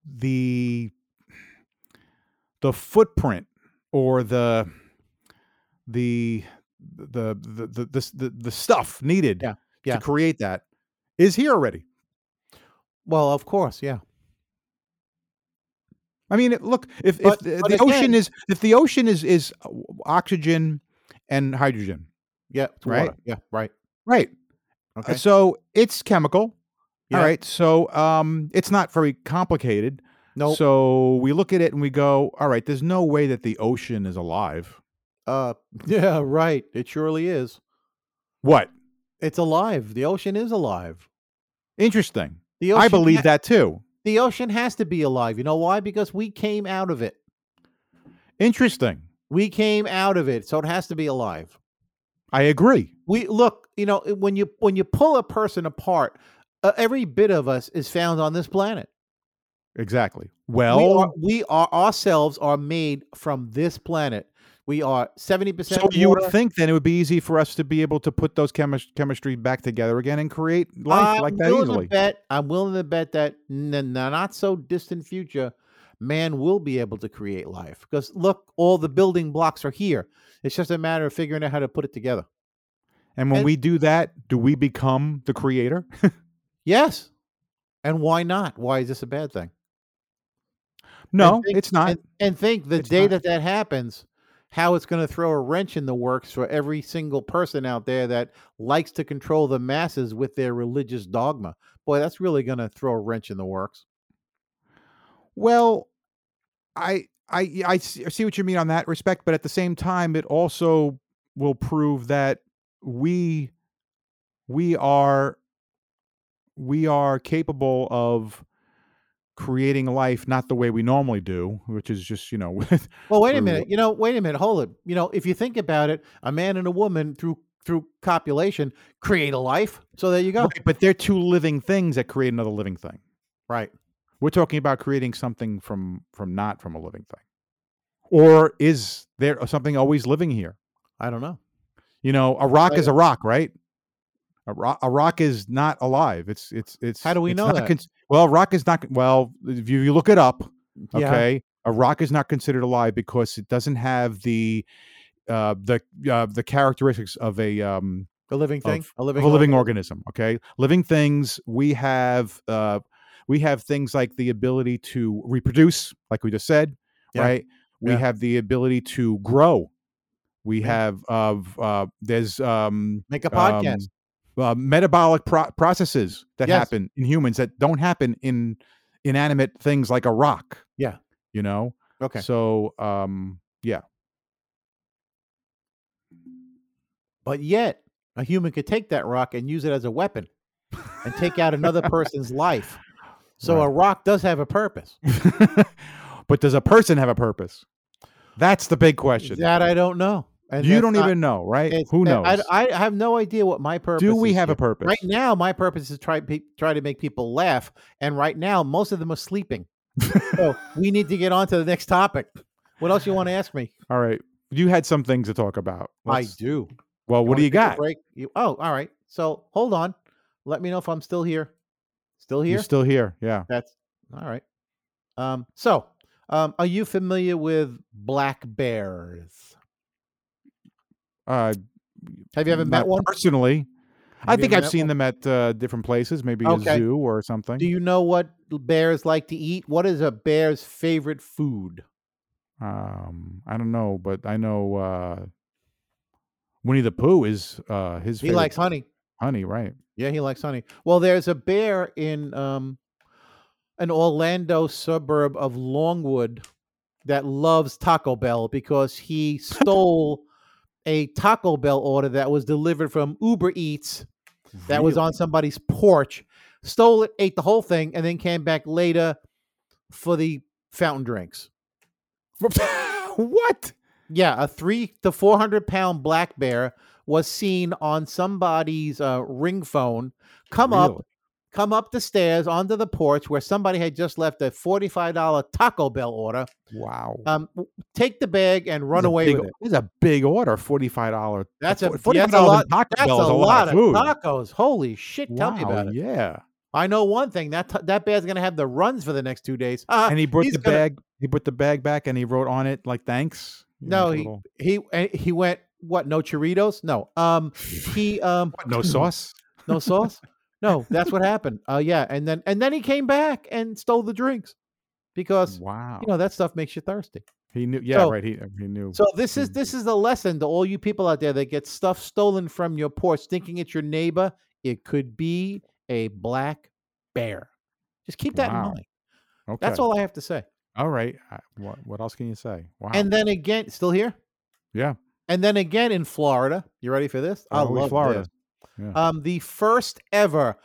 Speaker 1: The the footprint or the the the the the the, the, the stuff needed
Speaker 3: Yeah, yeah.
Speaker 1: to create that is here already.
Speaker 3: well, of course, yeah.
Speaker 1: I mean, it- look if
Speaker 3: But-
Speaker 1: if the,
Speaker 3: but
Speaker 1: the ocean
Speaker 3: again-
Speaker 1: is if the ocean is is uh, oxygen and hydrogen,
Speaker 3: Yeah, it's
Speaker 1: Right?
Speaker 3: water. Yeah, right.
Speaker 1: right? Uh,
Speaker 3: Okay.
Speaker 1: So it's chemical.
Speaker 3: Yeah.
Speaker 1: All right. So um, it's not very complicated.
Speaker 3: No
Speaker 1: So we look at it and we go, all right, there's no way that the ocean is alive.
Speaker 3: uh (laughs) yeah, right. It surely is.
Speaker 1: What?
Speaker 3: It's alive. The ocean is alive.
Speaker 1: Interesting.
Speaker 3: The
Speaker 1: I
Speaker 3: ocean
Speaker 1: believe
Speaker 3: ha-
Speaker 1: that too.
Speaker 3: The ocean has to be alive. You know why? Because we came out of it.
Speaker 1: Interesting.
Speaker 3: We came out of it, so it has to be alive.
Speaker 1: I agree.
Speaker 3: We look, you know, when you when you pull a person apart, uh, every bit of us is found on this planet.
Speaker 1: Exactly.
Speaker 3: we
Speaker 1: Well,
Speaker 3: are, we are ourselves are made from this planet. We are seventy percent.
Speaker 1: so you would think then it would be easy for us to be able to put those chemis- chemistry back together again and create life
Speaker 3: I'm
Speaker 1: like that
Speaker 3: willing
Speaker 1: easily.
Speaker 3: To bet, I'm willing to bet that in the n- not so distant future, man will be able to create life. Because look, all the building blocks are here. It's just a matter of figuring out how to put it together.
Speaker 1: and when
Speaker 3: and-
Speaker 1: we do that, do we become the creator?
Speaker 3: Yes. And why not? Why is this a bad thing?
Speaker 1: no,
Speaker 3: think-
Speaker 1: it's not.
Speaker 3: and, and think the
Speaker 1: It's
Speaker 3: day
Speaker 1: not.
Speaker 3: that that happens, how it's going to throw a wrench in the works for every single person out there that likes to control the masses with their religious dogma. Boy, that's really going to throw a wrench in the works.
Speaker 1: Well, I I y- I see I see what you mean on that respect, but at the same time, it also will prove that we we are we are capable of creating life not the way we normally do, which is just you know (laughs) with
Speaker 3: Well, wait a
Speaker 1: through-
Speaker 3: minute. You know, wait a minute. Hold it. You know, if you think about it, a man and a woman through through copulation create a life. So there you go.
Speaker 1: Right, but they're two living things that create another living thing.
Speaker 3: Right.
Speaker 1: We're talking about creating something from from not from a living thing, or is there something always living here?
Speaker 3: I don't know.
Speaker 1: You know, a rock
Speaker 3: Right.
Speaker 1: is a rock, right? A rock, a rock is not alive. It's it's it's.
Speaker 3: How do we
Speaker 1: it's
Speaker 3: know
Speaker 1: not
Speaker 3: that?
Speaker 1: cons- well, a rock is not. Well, if you, you look it up,
Speaker 3: Yeah.
Speaker 1: okay, a rock is not considered alive because it doesn't have the uh the uh the characteristics of a um
Speaker 3: A living thing.
Speaker 1: Of-
Speaker 3: a
Speaker 1: of
Speaker 3: living.
Speaker 1: a living
Speaker 3: organism.
Speaker 1: organism okay living things we have uh we have things like the ability to reproduce like we just said
Speaker 3: Yeah.
Speaker 1: right we
Speaker 3: Yeah.
Speaker 1: have the ability to grow we
Speaker 3: Yeah.
Speaker 1: have of uh there's um
Speaker 3: Make a podcast.
Speaker 1: um, uh, metabolic pro- processes that
Speaker 3: Yes.
Speaker 1: happen in humans that don't happen in inanimate things like a rock.
Speaker 3: Yeah.
Speaker 1: You know?
Speaker 3: okay.
Speaker 1: So, um, (laughs) yeah.
Speaker 3: But yet,
Speaker 1: (laughs)
Speaker 3: a human could take that rock and use it as a weapon and take out another person's life. So a rock does have a purpose.
Speaker 1: but does a person have a purpose? That's the big question.
Speaker 3: That I don't know. And
Speaker 1: you
Speaker 3: that's
Speaker 1: don't
Speaker 3: not-
Speaker 1: even know, right?
Speaker 3: it's-
Speaker 1: Who knows?
Speaker 3: I, I I have no idea what my purpose.
Speaker 1: Do we
Speaker 3: is
Speaker 1: have a
Speaker 3: here.
Speaker 1: purpose?
Speaker 3: Right now, my purpose is try pe- try to make people laugh, and right now, most of them are sleeping.
Speaker 1: (laughs)
Speaker 3: so we need to get on to the next topic. What else you want to ask me?
Speaker 1: All right. You had some things to talk about. Let's-
Speaker 3: I do.
Speaker 1: well, what do
Speaker 3: wanna
Speaker 1: you
Speaker 3: take a
Speaker 1: got?
Speaker 3: Break. You, oh, all right. So hold on. Let me know if I'm still here. Still here.
Speaker 1: You're still here. Yeah.
Speaker 3: That's all right. Um. So, um, are you familiar with black bears?
Speaker 1: Uh,
Speaker 3: Have you ever
Speaker 1: not
Speaker 3: met one?
Speaker 1: Personally, I
Speaker 3: Have you
Speaker 1: think
Speaker 3: ever
Speaker 1: I've
Speaker 3: met
Speaker 1: seen
Speaker 3: one?
Speaker 1: them at uh, different places, maybe
Speaker 3: Okay.
Speaker 1: a zoo or something.
Speaker 3: Do you know what bears like to eat? What is a bear's favorite food?
Speaker 1: um, I don't know, but I know uh, Winnie the Pooh is uh, his
Speaker 3: He
Speaker 1: favorite
Speaker 3: likes honey.
Speaker 1: honey,
Speaker 3: (laughs)
Speaker 1: right?
Speaker 3: Yeah, he likes honey. Well, there's a bear in um, an Orlando suburb of Longwood that loves Taco Bell because he stole a Taco Bell order that was delivered from Uber Eats that was on somebody's porch, stole it, ate the whole thing, and then came back later for the fountain drinks.
Speaker 1: what?
Speaker 3: Yeah, a three to four hundred pound black bear was seen on somebody's uh, ring phone. Come
Speaker 1: Really?
Speaker 3: up, come up the stairs onto the porch where somebody had just left a forty five dollar Taco Bell order.
Speaker 1: Wow.
Speaker 3: Um, w- take the bag and run
Speaker 1: That's a
Speaker 3: away
Speaker 1: big-
Speaker 3: with it.
Speaker 1: That's a big order, forty five dollar.
Speaker 3: That's a- yeah, that's a
Speaker 1: forty five dollars.
Speaker 3: lot-
Speaker 1: Taco
Speaker 3: That's
Speaker 1: Bell is
Speaker 3: a lot of
Speaker 1: food.
Speaker 3: tacos. Holy shit! Tell me
Speaker 1: Wow,
Speaker 3: about it.
Speaker 1: Yeah,
Speaker 3: I know one thing that t- that bear's gonna have the runs for the next two days. Ah,
Speaker 1: and he brought
Speaker 3: he's
Speaker 1: the
Speaker 3: gonna-
Speaker 1: bag. He put the bag back, and he wrote on it like thanks. You know,
Speaker 3: No,
Speaker 1: like a
Speaker 3: he-
Speaker 1: little-
Speaker 3: he and he went what? No Cheritos? No. Um, he um
Speaker 1: What, no sauce.
Speaker 3: No sauce? no, that's what happened. Uh yeah, and then and then he came back and stole the drinks because
Speaker 1: Wow.
Speaker 3: you know that stuff makes you thirsty.
Speaker 1: he knew. Yeah,
Speaker 3: so-
Speaker 1: right. He he knew.
Speaker 3: So this is
Speaker 1: Mhm.
Speaker 3: this is a lesson to all you people out there that get stuff stolen from your porch thinking it's your neighbor, it could be a black bear. Just keep that
Speaker 1: Wow.
Speaker 3: in mind.
Speaker 1: okay.
Speaker 3: That's all I have to say.
Speaker 1: All right. I- What what else can you say? Wow.
Speaker 3: And then again, still here?
Speaker 1: Yeah.
Speaker 3: And then again in Florida. You ready for this?
Speaker 1: Oh, we Florida.
Speaker 3: this.
Speaker 1: Yeah.
Speaker 3: Um, the first ever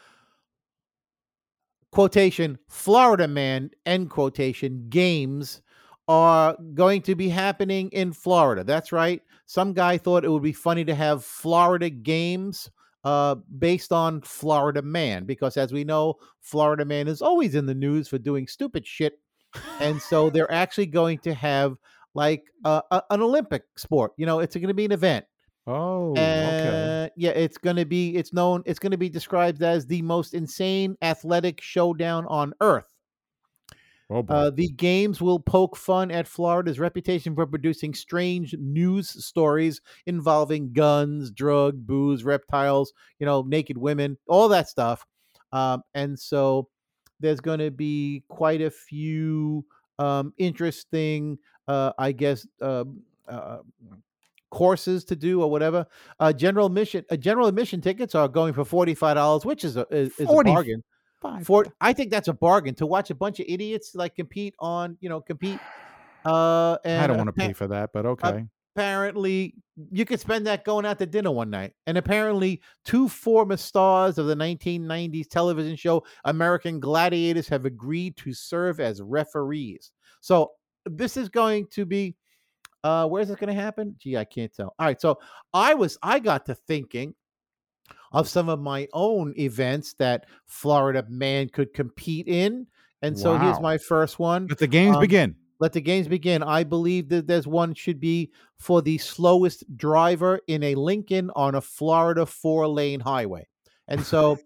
Speaker 3: quotation Florida man end quotation games are going to be happening in Florida. That's right. Some guy thought it would be funny to have Florida games uh based on Florida man because as we know Florida man is always in the news for doing stupid shit and so they're actually going to have like uh, a, an Olympic sport. You know, it's going to be an event.
Speaker 1: oh, okay.
Speaker 3: And yeah, it's going to be it's known it's going to be described as the most insane athletic showdown on earth.
Speaker 1: Oh boy.
Speaker 3: Uh, the games will poke fun at Florida's reputation for producing strange news stories involving guns, drug, booze, reptiles, you know, naked women, all that stuff. Um, and so there's going to be quite a few um, interesting, uh, I guess, uh, uh, courses to do or whatever. Uh, general admission, uh, general admission tickets are going for forty five dollars, which is a is, is a
Speaker 1: 40
Speaker 3: bargain for I think that's a bargain to watch a bunch of idiots like compete on you know compete. Uh, and
Speaker 1: I don't want to pay
Speaker 3: appa-
Speaker 1: for that, but okay.
Speaker 3: Apparently, you could spend that going out to dinner one night. And apparently, two former stars of the 1990s television show American Gladiators have agreed to serve as referees. So this is going to be. Uh, where's this going to happen? Gee, I can't tell. All right, so I was I got to thinking of some of my own events that Florida man could compete in. And so here's
Speaker 1: Wow.
Speaker 3: my first one.
Speaker 1: Let the games
Speaker 3: um,
Speaker 1: begin.
Speaker 3: Let the games begin. I believe that there's one should be for the slowest driver in a Lincoln on a Florida four lane highway. And so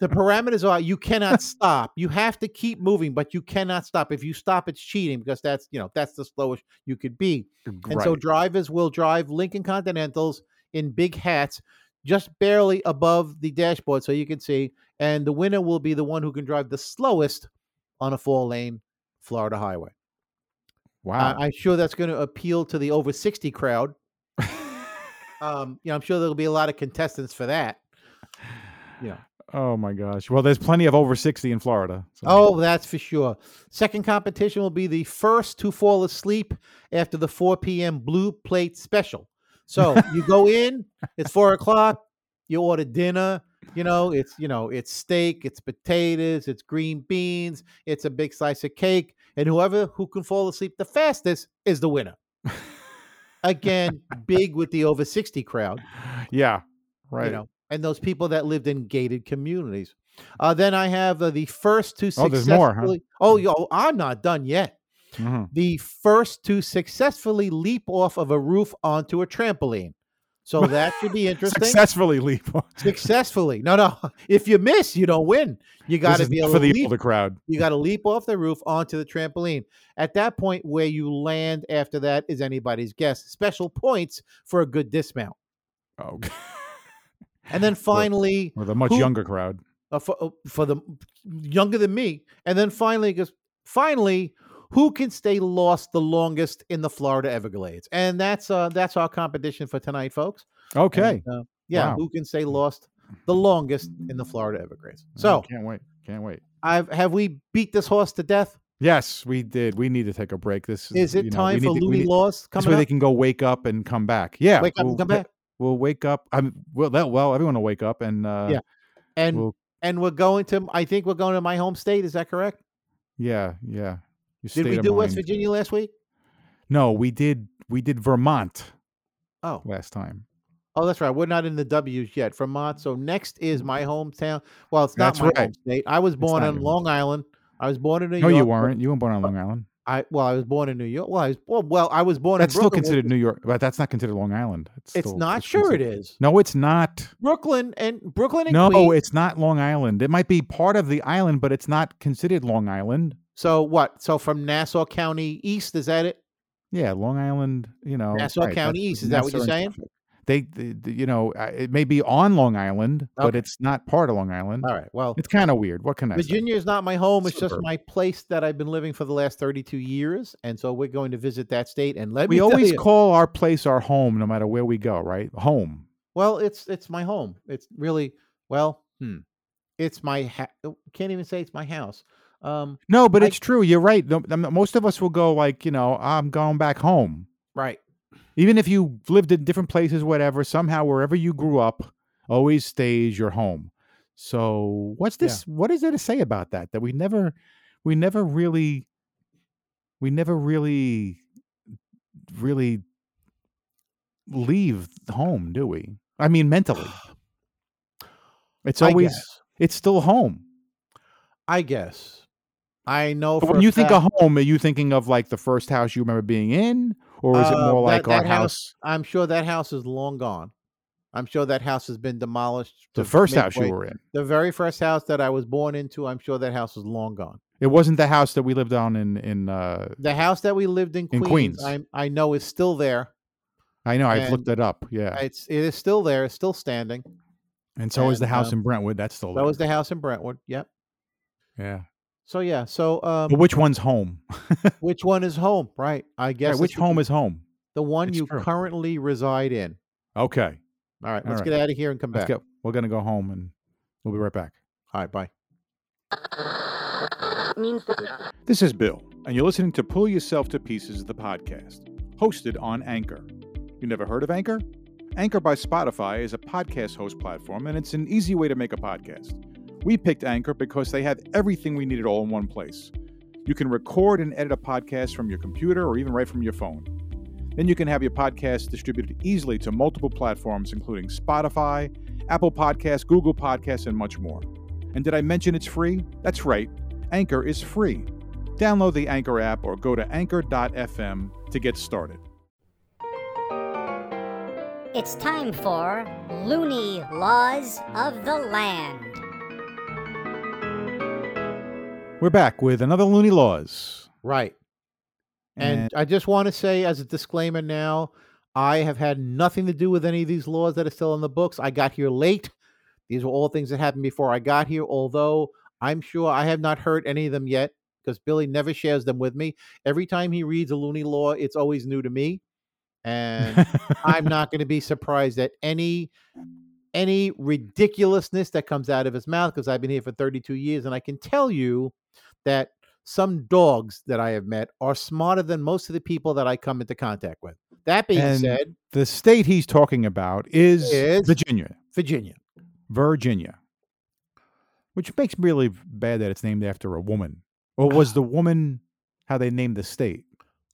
Speaker 3: the parameters are you cannot stop. You have to keep moving, but you cannot stop. If you stop, it's cheating because that's, you know, that's the slowest you could be. And so
Speaker 1: Right.
Speaker 3: drivers will drive Lincoln Continentals in big hats, just barely above the dashboard, so you can see. And the winner will be the one who can drive the slowest on a four lane Florida highway.
Speaker 1: wow.
Speaker 3: I, am sure that's going to appeal to the over 60 crowd. um, you know, I'm sure there'll be a lot of contestants for that.
Speaker 1: oh my gosh. Well, there's plenty of over sixty in Florida. so-
Speaker 3: Oh, that's for sure. Second competition will be the first to fall asleep after the 4 p.m. blue plate special. So you go in, it's four o'clock, you order dinner, You know, it's you know, it's steak, it's potatoes, it's green beans, it's a big slice of cake, and whoever who can fall asleep the fastest is the winner. Again, big with the over 60 crowd,
Speaker 1: Yeah. Right.
Speaker 3: you know, and those people that lived in gated communities. Uh, then I have uh, the first two
Speaker 1: Oh, there's more, huh?
Speaker 3: successfully. Oh, yo, I'm not done yet
Speaker 1: Mhm.
Speaker 3: the first to successfully leap off of a roof onto a trampoline. So
Speaker 1: (laughs)
Speaker 3: that should be interesting.
Speaker 1: Successfully (laughs) leap.
Speaker 3: Successfully. No, no. (laughs) If you miss, you don't win. You got to
Speaker 1: This is
Speaker 3: be able
Speaker 1: for
Speaker 3: to
Speaker 1: the
Speaker 3: leap.
Speaker 1: older crowd.
Speaker 3: You got to leap off the roof onto the trampoline. At that point, where you land after that is anybody's guess. Special points for a good dismount.
Speaker 1: Oh, (laughs)
Speaker 3: And then finally,
Speaker 1: or the much
Speaker 3: Who-
Speaker 1: younger crowd.
Speaker 3: uh, for, uh, for the younger than me. And then finally, it goes, finally, who can stay lost the longest in the Florida Everglades? And that's uh, that's our competition for tonight, folks. And,
Speaker 1: Okay.
Speaker 3: uh, yeah,
Speaker 1: Wow.
Speaker 3: who can stay lost the longest in the Florida Everglades? So,
Speaker 1: can't wait. Can't wait.
Speaker 3: I've have we beat this horse to death?
Speaker 1: Yes, we did. We need to take a break. This
Speaker 3: Is
Speaker 1: you
Speaker 3: it
Speaker 1: know,
Speaker 3: time
Speaker 1: we
Speaker 3: for
Speaker 1: need to- we
Speaker 3: Looney
Speaker 1: need- This
Speaker 3: Laws
Speaker 1: way
Speaker 3: coming
Speaker 1: they
Speaker 3: up?
Speaker 1: can go wake up and come back. Yeah.
Speaker 3: Wake up
Speaker 1: we'll-
Speaker 3: and come back.
Speaker 1: We'll wake up. I'm well. That well, everyone will wake up and uh,
Speaker 3: Yeah. And
Speaker 1: we'll-
Speaker 3: and we're going to. I think we're going to my home state. Is that correct?
Speaker 1: yeah, yeah. Your
Speaker 3: Did we
Speaker 1: state of
Speaker 3: do West
Speaker 1: mind.
Speaker 3: Virginia last week?
Speaker 1: No, we did. We did Vermont
Speaker 3: Oh,
Speaker 1: last time.
Speaker 3: Oh, that's right. We're not in the W's yet. Vermont. So next is my hometown. Well, it's not
Speaker 1: Mm. That's
Speaker 3: my home
Speaker 1: right.
Speaker 3: state. I was born
Speaker 1: not
Speaker 3: on
Speaker 1: your home
Speaker 3: Long Island. I was born in New
Speaker 1: No,
Speaker 3: York.
Speaker 1: you
Speaker 3: but
Speaker 1: weren't. You weren't born on Long Island.
Speaker 3: I well, I was born in New York. Well, I was well, well I was born
Speaker 1: That's
Speaker 3: in
Speaker 1: still
Speaker 3: Brooklyn. which
Speaker 1: considered
Speaker 3: is-
Speaker 1: New York, but that's not considered Long Island.
Speaker 3: It's
Speaker 1: still-
Speaker 3: not sure
Speaker 1: considered-
Speaker 3: it is.
Speaker 1: No, it's not.
Speaker 3: Brooklyn and Brooklyn and
Speaker 1: No,
Speaker 3: Queens.
Speaker 1: it's not Long Island. It might be part of the island, but it's not considered Long Island.
Speaker 3: So what? So from Nassau County East, is that it?
Speaker 1: Yeah, Long Island. You know,
Speaker 3: Nassau
Speaker 1: right,
Speaker 3: County
Speaker 1: that's
Speaker 3: East, is that what
Speaker 1: Nassau
Speaker 3: you're
Speaker 1: and
Speaker 3: saying?
Speaker 1: Suffolk. They, the- the- you know, uh, it may be on Long Island, but
Speaker 3: Okay.
Speaker 1: it's not part of Long Island.
Speaker 3: All right. Well,
Speaker 1: It's kind of weird. What can I say?
Speaker 3: Virginia is not my home. It's just
Speaker 1: Suburb.
Speaker 3: my place that I've been living for the last 32 years, and so we're going to visit that state. And let
Speaker 1: We
Speaker 3: me tell
Speaker 1: always
Speaker 3: you-
Speaker 1: call our place our home, no matter where we go, right? Home.
Speaker 3: Well, it's it's my home. It's really well, hmm. it's my ha- oh, can't even say it's my house. Um,
Speaker 1: No, but
Speaker 3: I-
Speaker 1: it's true. You're right. No, I'm- Most of us will go like, you know, I'm going back home.
Speaker 3: right.
Speaker 1: Even if you lived in different places, whatever, somehow wherever you grew up always stays your home. So what's
Speaker 3: Yeah.
Speaker 1: this? What is there to say about that? That we never, we never really, we never really, really leave home, do we? I mean,
Speaker 3: (sighs)
Speaker 1: mentally, it's
Speaker 3: I
Speaker 1: always,
Speaker 3: guess.
Speaker 1: it's still home.
Speaker 3: I guess. I know.
Speaker 1: But
Speaker 3: for
Speaker 1: when
Speaker 3: a
Speaker 1: you think
Speaker 3: fact-
Speaker 1: of home, are you thinking of like the first house you remember being in, or is it
Speaker 3: Uh,
Speaker 1: more
Speaker 3: that-
Speaker 1: like our
Speaker 3: that
Speaker 1: house,
Speaker 3: house- I'm sure that house is long gone. I'm sure that house has been demolished.
Speaker 1: the
Speaker 3: to
Speaker 1: first
Speaker 3: make
Speaker 1: house you
Speaker 3: way-
Speaker 1: were in?
Speaker 3: The very first house that I was born into. I'm sure that house is long gone.
Speaker 1: It wasn't the house that we lived on in in. Uh,
Speaker 3: The house that we lived in
Speaker 1: In
Speaker 3: Queens,
Speaker 1: Queens.
Speaker 3: I'm- I know is still there.
Speaker 1: I know I've
Speaker 3: And
Speaker 1: looked it up. Yeah,
Speaker 3: It's it is still there. It's still standing.
Speaker 1: and so is the
Speaker 3: and,
Speaker 1: house
Speaker 3: um,
Speaker 1: in Brentwood. That's still
Speaker 3: That
Speaker 1: there.
Speaker 3: was the house in Brentwood. Yep.
Speaker 1: yeah.
Speaker 3: So yeah. So um,
Speaker 1: But which one's home?
Speaker 3: Which one is home? Right. I guess
Speaker 1: Right, (laughs)
Speaker 3: it's
Speaker 1: which
Speaker 3: the-
Speaker 1: home is home?
Speaker 3: the one
Speaker 1: it's
Speaker 3: you
Speaker 1: true.
Speaker 3: currently reside in.
Speaker 1: Okay,
Speaker 3: All
Speaker 1: All
Speaker 3: right, let's
Speaker 1: right.
Speaker 3: get out of here and come
Speaker 1: let's
Speaker 3: back.
Speaker 1: go. We're gonna go home, and we'll be right back.
Speaker 3: All right, bye.
Speaker 1: This is Bill, and you're listening to Pull Yourself to Pieces, the podcast, hosted on Anchor. You never heard of Anchor? Anchor by Spotify is a podcast host platform, and it's an easy way to make a podcast. We picked Anchor because they have everything we needed all in one place. You can record and edit a podcast from your computer or even right from your phone. Then you can have your podcast distributed easily to multiple platforms, including Spotify, Apple Podcasts, Google Podcasts, and much more. And did I mention it's free? That's right, Anchor is free. Download the Anchor app or go to anchor.fm to get started.
Speaker 5: It's time for Loony Laws of the Land.
Speaker 1: We're back with another Looney Laws.
Speaker 3: Right. And,
Speaker 1: And-
Speaker 3: I just want to say as a disclaimer now, I have had nothing to do with any of these laws that are still in the books. I got here late. These were all things that happened before I got here, although I'm sure I have not heard any of them yet because Billy never shares them with me. Every time he reads a loony law, it's always new to me. And
Speaker 1: (laughs)
Speaker 3: I'm not going to be surprised at any any ridiculousness that comes out of his mouth because I've been here for 32 years and I can tell you that some dogs that I have met are smarter than most of the people that I come into contact with. That being
Speaker 1: And
Speaker 3: said,
Speaker 1: the state he's talking about is,
Speaker 3: Is-
Speaker 1: Virginia.
Speaker 3: Virginia.
Speaker 1: Virginia, which makes me really bad that it's named after a woman. Or was the woman how they named the state?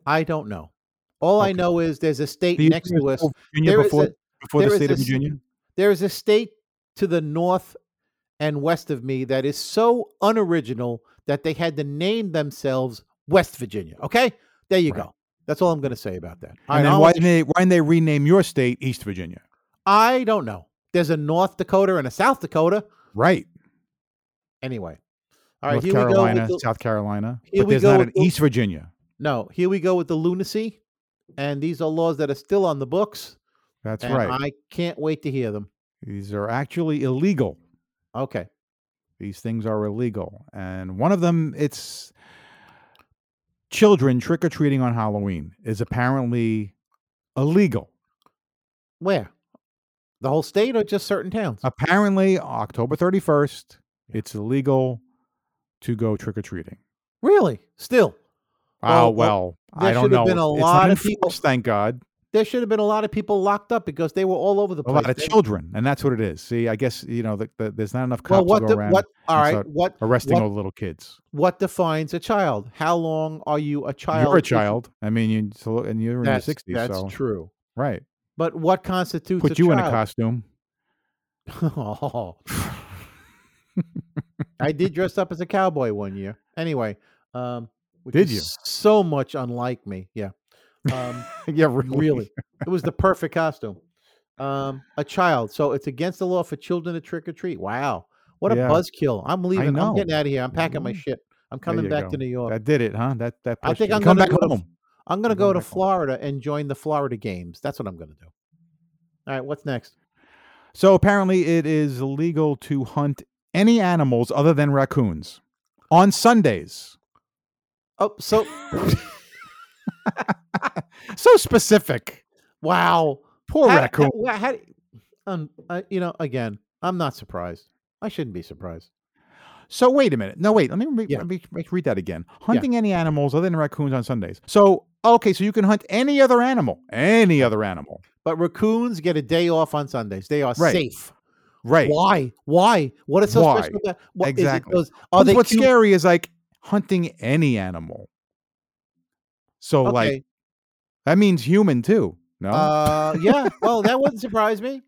Speaker 3: I don't know. All I
Speaker 1: Okay.
Speaker 3: know is there's a state
Speaker 1: Do you
Speaker 3: next
Speaker 1: think it
Speaker 3: to
Speaker 1: was
Speaker 3: us.
Speaker 1: called Virginia
Speaker 3: There is
Speaker 1: before,
Speaker 3: a-
Speaker 1: before the
Speaker 3: there is
Speaker 1: state of
Speaker 3: a s-
Speaker 1: Virginia?
Speaker 3: There is a state to the north and west of me that is so unoriginal that they had to name themselves West Virginia. Okay, there you
Speaker 1: Right.
Speaker 3: go. That's all I'm going to say about that. I
Speaker 1: And then
Speaker 3: don't-
Speaker 1: why didn't, they, why didn't they rename your state East Virginia?
Speaker 3: I don't know. There's a North Dakota and a South Dakota.
Speaker 1: Right.
Speaker 3: Anyway, all right.
Speaker 1: North
Speaker 3: here
Speaker 1: Carolina,
Speaker 3: we go. With the,
Speaker 1: South Carolina.
Speaker 3: here
Speaker 1: But
Speaker 3: we
Speaker 1: there's
Speaker 3: go
Speaker 1: not
Speaker 3: with
Speaker 1: an
Speaker 3: the-
Speaker 1: East Virginia.
Speaker 3: no, here we go with the lunacy, and these are laws that are still on the books.
Speaker 1: That's
Speaker 3: and
Speaker 1: right.
Speaker 3: I can't wait to hear them.
Speaker 1: These are actually illegal.
Speaker 3: Okay.
Speaker 1: These things are illegal. And one of them, it's children trick or treating on Halloween is apparently illegal.
Speaker 3: Where? The whole state or just certain
Speaker 1: Uh
Speaker 3: towns?
Speaker 1: Apparently, October 31st, it's illegal to go trick or treating.
Speaker 3: really? Still, Well,
Speaker 1: Oh,
Speaker 3: well,
Speaker 1: well, I
Speaker 3: there
Speaker 1: don't
Speaker 3: should
Speaker 1: know.
Speaker 3: have been a
Speaker 1: it's
Speaker 3: lot
Speaker 1: not
Speaker 3: of people-
Speaker 1: enforced, thank God.
Speaker 3: there should have been a lot of people locked up because they were all over the
Speaker 1: A
Speaker 3: place.
Speaker 1: lot of
Speaker 3: They-
Speaker 1: children, and that's what it is. See, I guess, you know, the, the, there's not enough cops
Speaker 3: Well, what?
Speaker 1: to go
Speaker 3: The,
Speaker 1: around
Speaker 3: what? All
Speaker 1: and
Speaker 3: right.
Speaker 1: start
Speaker 3: What?
Speaker 1: arresting
Speaker 3: what-
Speaker 1: all the little kids.
Speaker 3: What defines a child? How long are you a child?
Speaker 1: You're a
Speaker 3: if-
Speaker 1: child. I mean, you so, look- and you're in your
Speaker 3: That's,
Speaker 1: 60s,
Speaker 3: that's
Speaker 1: so
Speaker 3: true.
Speaker 1: right.
Speaker 3: But what constitutes
Speaker 1: Put
Speaker 3: a
Speaker 1: you
Speaker 3: child?
Speaker 1: in a costume.
Speaker 3: (laughs)
Speaker 1: (laughs)
Speaker 3: oh, I did dress up as a cowboy one year. Anyway, um, which
Speaker 1: Did
Speaker 3: is
Speaker 1: you?
Speaker 3: So much unlike me. Yeah. Um,
Speaker 1: (laughs) yeah, really. (laughs)
Speaker 3: really, it was the perfect costume. Um, a child. So it's against the law for children to trick or treat. Wow, what
Speaker 1: Yeah.
Speaker 3: a buzzkill! I'm leaving. I'm
Speaker 1: know.
Speaker 3: getting out of here. I'm packing my
Speaker 1: Mhm.
Speaker 3: shit. I'm coming
Speaker 1: you
Speaker 3: back
Speaker 1: go.
Speaker 3: to New York.
Speaker 1: That did it, huh? That that.
Speaker 3: I
Speaker 1: pushed
Speaker 3: think
Speaker 1: you.
Speaker 3: I'm
Speaker 1: come
Speaker 3: gonna
Speaker 1: back
Speaker 3: go to-
Speaker 1: home.
Speaker 3: I'm going to
Speaker 1: You're going
Speaker 3: go to
Speaker 1: back home.
Speaker 3: Florida and join the Florida games. That's what I'm going to do. All right, what's next?
Speaker 1: So apparently, it is illegal to hunt any animals other than raccoons on Sundays.
Speaker 3: Oh, so
Speaker 1: So specific. (laughs)
Speaker 3: wow,
Speaker 1: Poor
Speaker 3: How-
Speaker 1: raccoon.
Speaker 3: How, how- um, I- you know, again, I'm not surprised. I shouldn't be surprised.
Speaker 1: So wait a minute. No, wait. Let me re-
Speaker 3: Yeah.
Speaker 1: let me re- read that again. Hunting any animals other than raccoons on Sundays. So okay, so you can hunt any other animal, any other animal,
Speaker 3: But raccoons get a day off on Sundays. They are
Speaker 1: Right.
Speaker 3: safe.
Speaker 1: right?
Speaker 3: Why? Why? What is so
Speaker 1: Why?
Speaker 3: special about what is it
Speaker 1: Exactly.
Speaker 3: those- are
Speaker 1: But
Speaker 3: they
Speaker 1: what's
Speaker 3: cute?
Speaker 1: scary is like hunting any animal. So like
Speaker 3: Okay.
Speaker 1: that means human too. No.
Speaker 3: uh, yeah. Well, that wouldn't surprise me.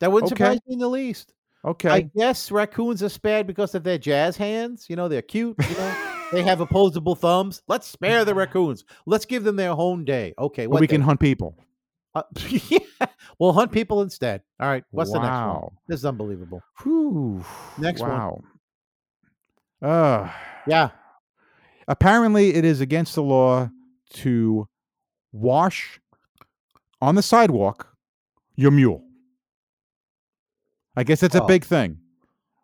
Speaker 3: That wouldn't
Speaker 1: Okay.
Speaker 3: surprise me in the least.
Speaker 1: okay.
Speaker 3: I guess raccoons are spared because of their jazz hands. You know, they're cute. You
Speaker 1: (laughs)
Speaker 3: know, they have opposable thumbs. Let's spare the raccoons. Let's give them their own day. Okay,
Speaker 1: But
Speaker 3: what
Speaker 1: Mm-hmm. we
Speaker 3: day?
Speaker 1: can hunt people.
Speaker 3: Uh, (laughs) yeah. We'll hunt people instead. All right. What's the next one?
Speaker 1: Wow.
Speaker 3: This is unbelievable.
Speaker 1: Whew.
Speaker 3: Next one.
Speaker 1: wow. one. Uh,
Speaker 3: Yeah.
Speaker 1: apparently it is against the law to wash on the sidewalk your mule. I guess that's a
Speaker 3: Oh.
Speaker 1: big thing.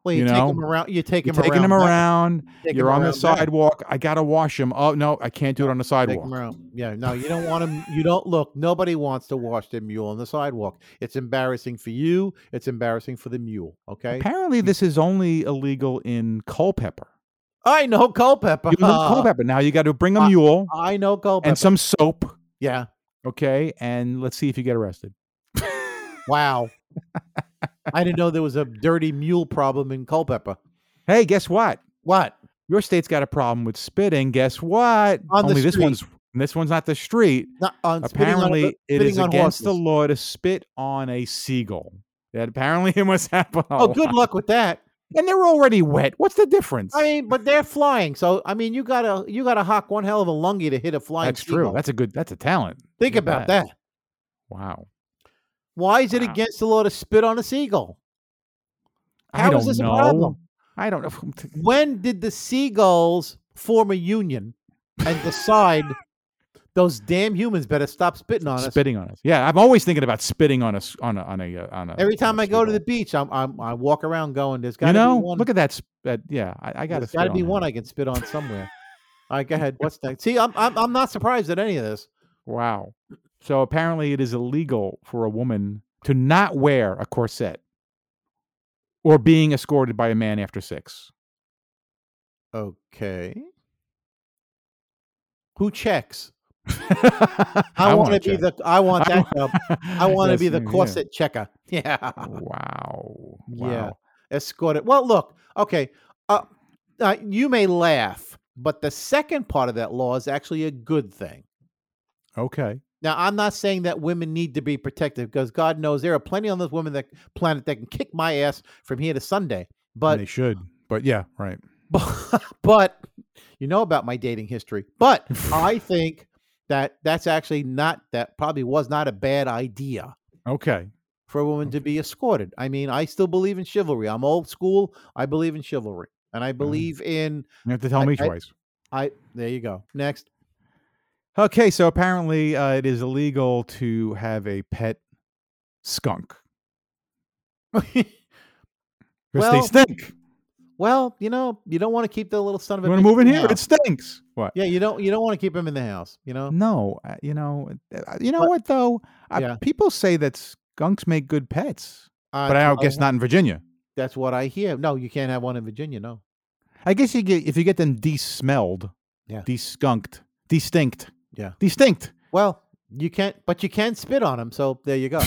Speaker 3: Well,
Speaker 1: You
Speaker 3: you, take
Speaker 1: know,
Speaker 3: them around. You take
Speaker 1: You're
Speaker 3: them
Speaker 1: taking them
Speaker 3: around. back-
Speaker 1: around.
Speaker 3: take 'em
Speaker 1: You're on the
Speaker 3: around back,
Speaker 1: sidewalk. I gotta wash them. Oh no, I can't do it on the
Speaker 3: take 'em
Speaker 1: sidewalk.
Speaker 3: around. Yeah, no, you don't want them. You don't look. Nobody wants to wash their mule on the sidewalk. It's embarrassing for you. It's embarrassing for the mule. Okay,
Speaker 1: Apparently, this is only illegal in Culpeper.
Speaker 3: I know Culpepper.
Speaker 1: You live in Culpeper now. You got to bring a
Speaker 3: uh, I-
Speaker 1: mule
Speaker 3: (laughs) I know Culpepper.
Speaker 1: and some soap.
Speaker 3: yeah,
Speaker 1: Okay, and let's see if you get arrested. (laughs)
Speaker 3: Wow. I didn't know there was a dirty mule problem in Culpeper.
Speaker 1: Hey, guess what?
Speaker 3: What?
Speaker 1: Your state's got a problem with spitting. Guess what?
Speaker 3: On the
Speaker 1: Only this
Speaker 3: street.
Speaker 1: one's this one's not the street.
Speaker 3: Not uh, on spitting on a-
Speaker 1: apparently, it is
Speaker 3: spitting on
Speaker 1: against the
Speaker 3: horses.
Speaker 1: law to spit on a seagull. That apparently (laughs) it must happen. a
Speaker 3: Oh, good
Speaker 1: lot.
Speaker 3: luck
Speaker 1: (laughs)
Speaker 3: with that.
Speaker 1: And they're already wet. What's the difference?
Speaker 3: I mean, but they're flying, so I mean, you gotta you gotta hock one hell of a lungy to hit a flying.
Speaker 1: that's true.
Speaker 3: seagull.
Speaker 1: That's a good. That's a talent.
Speaker 3: Think
Speaker 1: look at
Speaker 3: about
Speaker 1: that.
Speaker 3: that.
Speaker 1: Wow.
Speaker 3: Why is it
Speaker 1: Wow.
Speaker 3: against the law to spit on a seagull?
Speaker 1: I
Speaker 3: How
Speaker 1: don't
Speaker 3: is this a
Speaker 1: know.
Speaker 3: problem?
Speaker 1: I don't know. (laughs)
Speaker 3: When did the seagulls form a union and decide those damn humans better stop spitting on us?
Speaker 1: spitting on us. Yeah, I'm always thinking about spitting on us on a on a uh, on a.
Speaker 3: Every time
Speaker 1: I
Speaker 3: I go to the beach, I'm, I'm I walk around going, "There's got
Speaker 1: you
Speaker 3: to
Speaker 1: know,
Speaker 3: be one."
Speaker 1: look at that. sp- that yeah, I, I got to.
Speaker 3: There's got to be one I can spit on somewhere.
Speaker 1: (laughs)
Speaker 3: All right, go ahead. What's next? See, I'm, I'm I'm not surprised at any of this.
Speaker 1: Wow. So apparently, it is illegal for a woman to not wear a corset or being escorted by a man after six.
Speaker 3: Okay.
Speaker 1: (laughs)
Speaker 3: Who checks?
Speaker 1: I,
Speaker 3: I, want
Speaker 1: wanna
Speaker 3: to be
Speaker 1: check.
Speaker 3: the. I want
Speaker 1: I
Speaker 3: that
Speaker 1: wa- (laughs)
Speaker 3: job. (laughs) I want to
Speaker 1: Yes,
Speaker 3: be the
Speaker 1: yeah.
Speaker 3: corset checker. (laughs) Yeah.
Speaker 1: Wow.
Speaker 3: Yeah.
Speaker 1: Wow.
Speaker 3: escorted. Well, look, okay, uh, uh, you may laugh, but the second part of that law is actually a good thing.
Speaker 1: Okay.
Speaker 3: Now, I'm not saying that women need to be protected because God knows there are plenty on this woman that planet that can kick my ass from here to Sunday.
Speaker 1: But
Speaker 3: But
Speaker 1: they should. But yeah, right.
Speaker 3: but, but you know about my dating history. But I think that that's actually not that probably was not a bad idea
Speaker 1: (laughs) Okay.
Speaker 3: for a woman to be escorted. I mean, I still believe in chivalry. I'm old school. I believe in chivalry, and I believe in
Speaker 1: You have to tell
Speaker 3: I-
Speaker 1: me
Speaker 3: I-
Speaker 1: twice.
Speaker 3: I. There you go. Next. (laughs)
Speaker 1: Okay, so apparently uh, it is illegal to have a pet skunk because
Speaker 3: Well,
Speaker 1: they stink.
Speaker 3: well, you know, you don't want to keep the little son of a.
Speaker 1: You want
Speaker 3: bitch
Speaker 1: to move in
Speaker 3: the
Speaker 1: here? It
Speaker 3: house.
Speaker 1: stinks. What?
Speaker 3: yeah, you don't. You don't want to keep him in the house. You know.
Speaker 1: No, uh, you know, uh, you know
Speaker 3: But-
Speaker 1: what though? Uh,
Speaker 3: Yeah.
Speaker 1: People say that skunks make good pets,
Speaker 3: Uh,
Speaker 1: but I
Speaker 3: that's
Speaker 1: don't
Speaker 3: what
Speaker 1: guess
Speaker 3: he-
Speaker 1: not in Virginia.
Speaker 3: That's what I hear. No, you can't have one in Virginia. No.
Speaker 1: I guess you get if you get them de-smelled,
Speaker 3: Yeah.
Speaker 1: de-skunked, de-stinked,
Speaker 3: Yeah. (laughs)
Speaker 1: de-stinked.
Speaker 3: Well, you can't, but you can spit on him. So there
Speaker 1: (laughs)
Speaker 3: you go.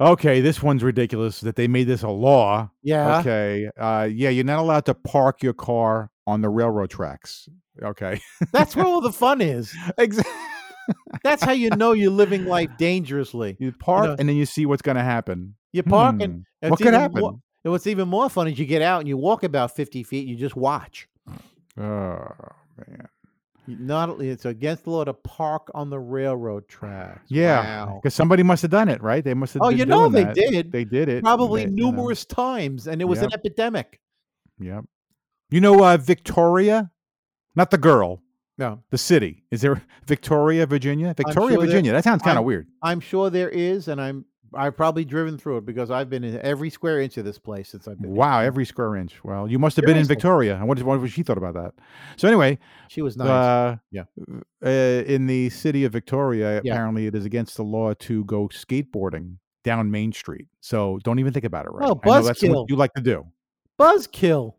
Speaker 1: okay, this one's ridiculous that they made this a law.
Speaker 3: Yeah.
Speaker 1: Okay, uh, yeah, you're not allowed to park your car on the railroad tracks. Okay, (laughs)
Speaker 3: That's where all the fun is.
Speaker 1: exactly.
Speaker 3: That's how you know you're living life dangerously.
Speaker 1: You park
Speaker 3: know-
Speaker 1: and then you see what's going to happen.
Speaker 3: You're parking.
Speaker 1: Hmm,
Speaker 3: and
Speaker 1: What
Speaker 3: it's
Speaker 1: could
Speaker 3: even
Speaker 1: happen?
Speaker 3: More, and what's even more fun is you get out and you walk about 50 feet. You just watch.
Speaker 1: Oh man.
Speaker 3: You Not only- it's against the law to park on the railroad tracks.
Speaker 1: Yeah,
Speaker 3: Wow.
Speaker 1: because somebody must have done it, right? They must have.
Speaker 3: Oh,
Speaker 1: been
Speaker 3: you know
Speaker 1: doing
Speaker 3: they
Speaker 1: that.
Speaker 3: did.
Speaker 1: They did it
Speaker 3: Probably
Speaker 1: they- you know.
Speaker 3: numerous times, and it was an epidemic.
Speaker 1: Yep. You know uh, Victoria, not the girl,
Speaker 3: No,
Speaker 1: the city. Is there (laughs) Victoria, Virginia? Victoria,
Speaker 3: sure there-
Speaker 1: Virginia. That sounds kind of
Speaker 3: I'm-
Speaker 1: weird.
Speaker 3: I'm sure there is, and I'm I've probably driven through it because I've been in every square inch of this place since I've been. here.
Speaker 1: Wow, every square inch. Well, you must have been in
Speaker 3: Seriously.
Speaker 1: Victoria. I wonder what she thought about that. So anyway,
Speaker 3: She was nice.
Speaker 1: uh,
Speaker 3: Yeah.
Speaker 1: uh, in the city of Victoria,
Speaker 3: Yeah.
Speaker 1: apparently it is against the law to go skateboarding down Main Street. So don't even think about it. Right?
Speaker 3: Oh,
Speaker 1: I know that's
Speaker 3: buzzkill.
Speaker 1: what you like to do.
Speaker 3: Buzzkill.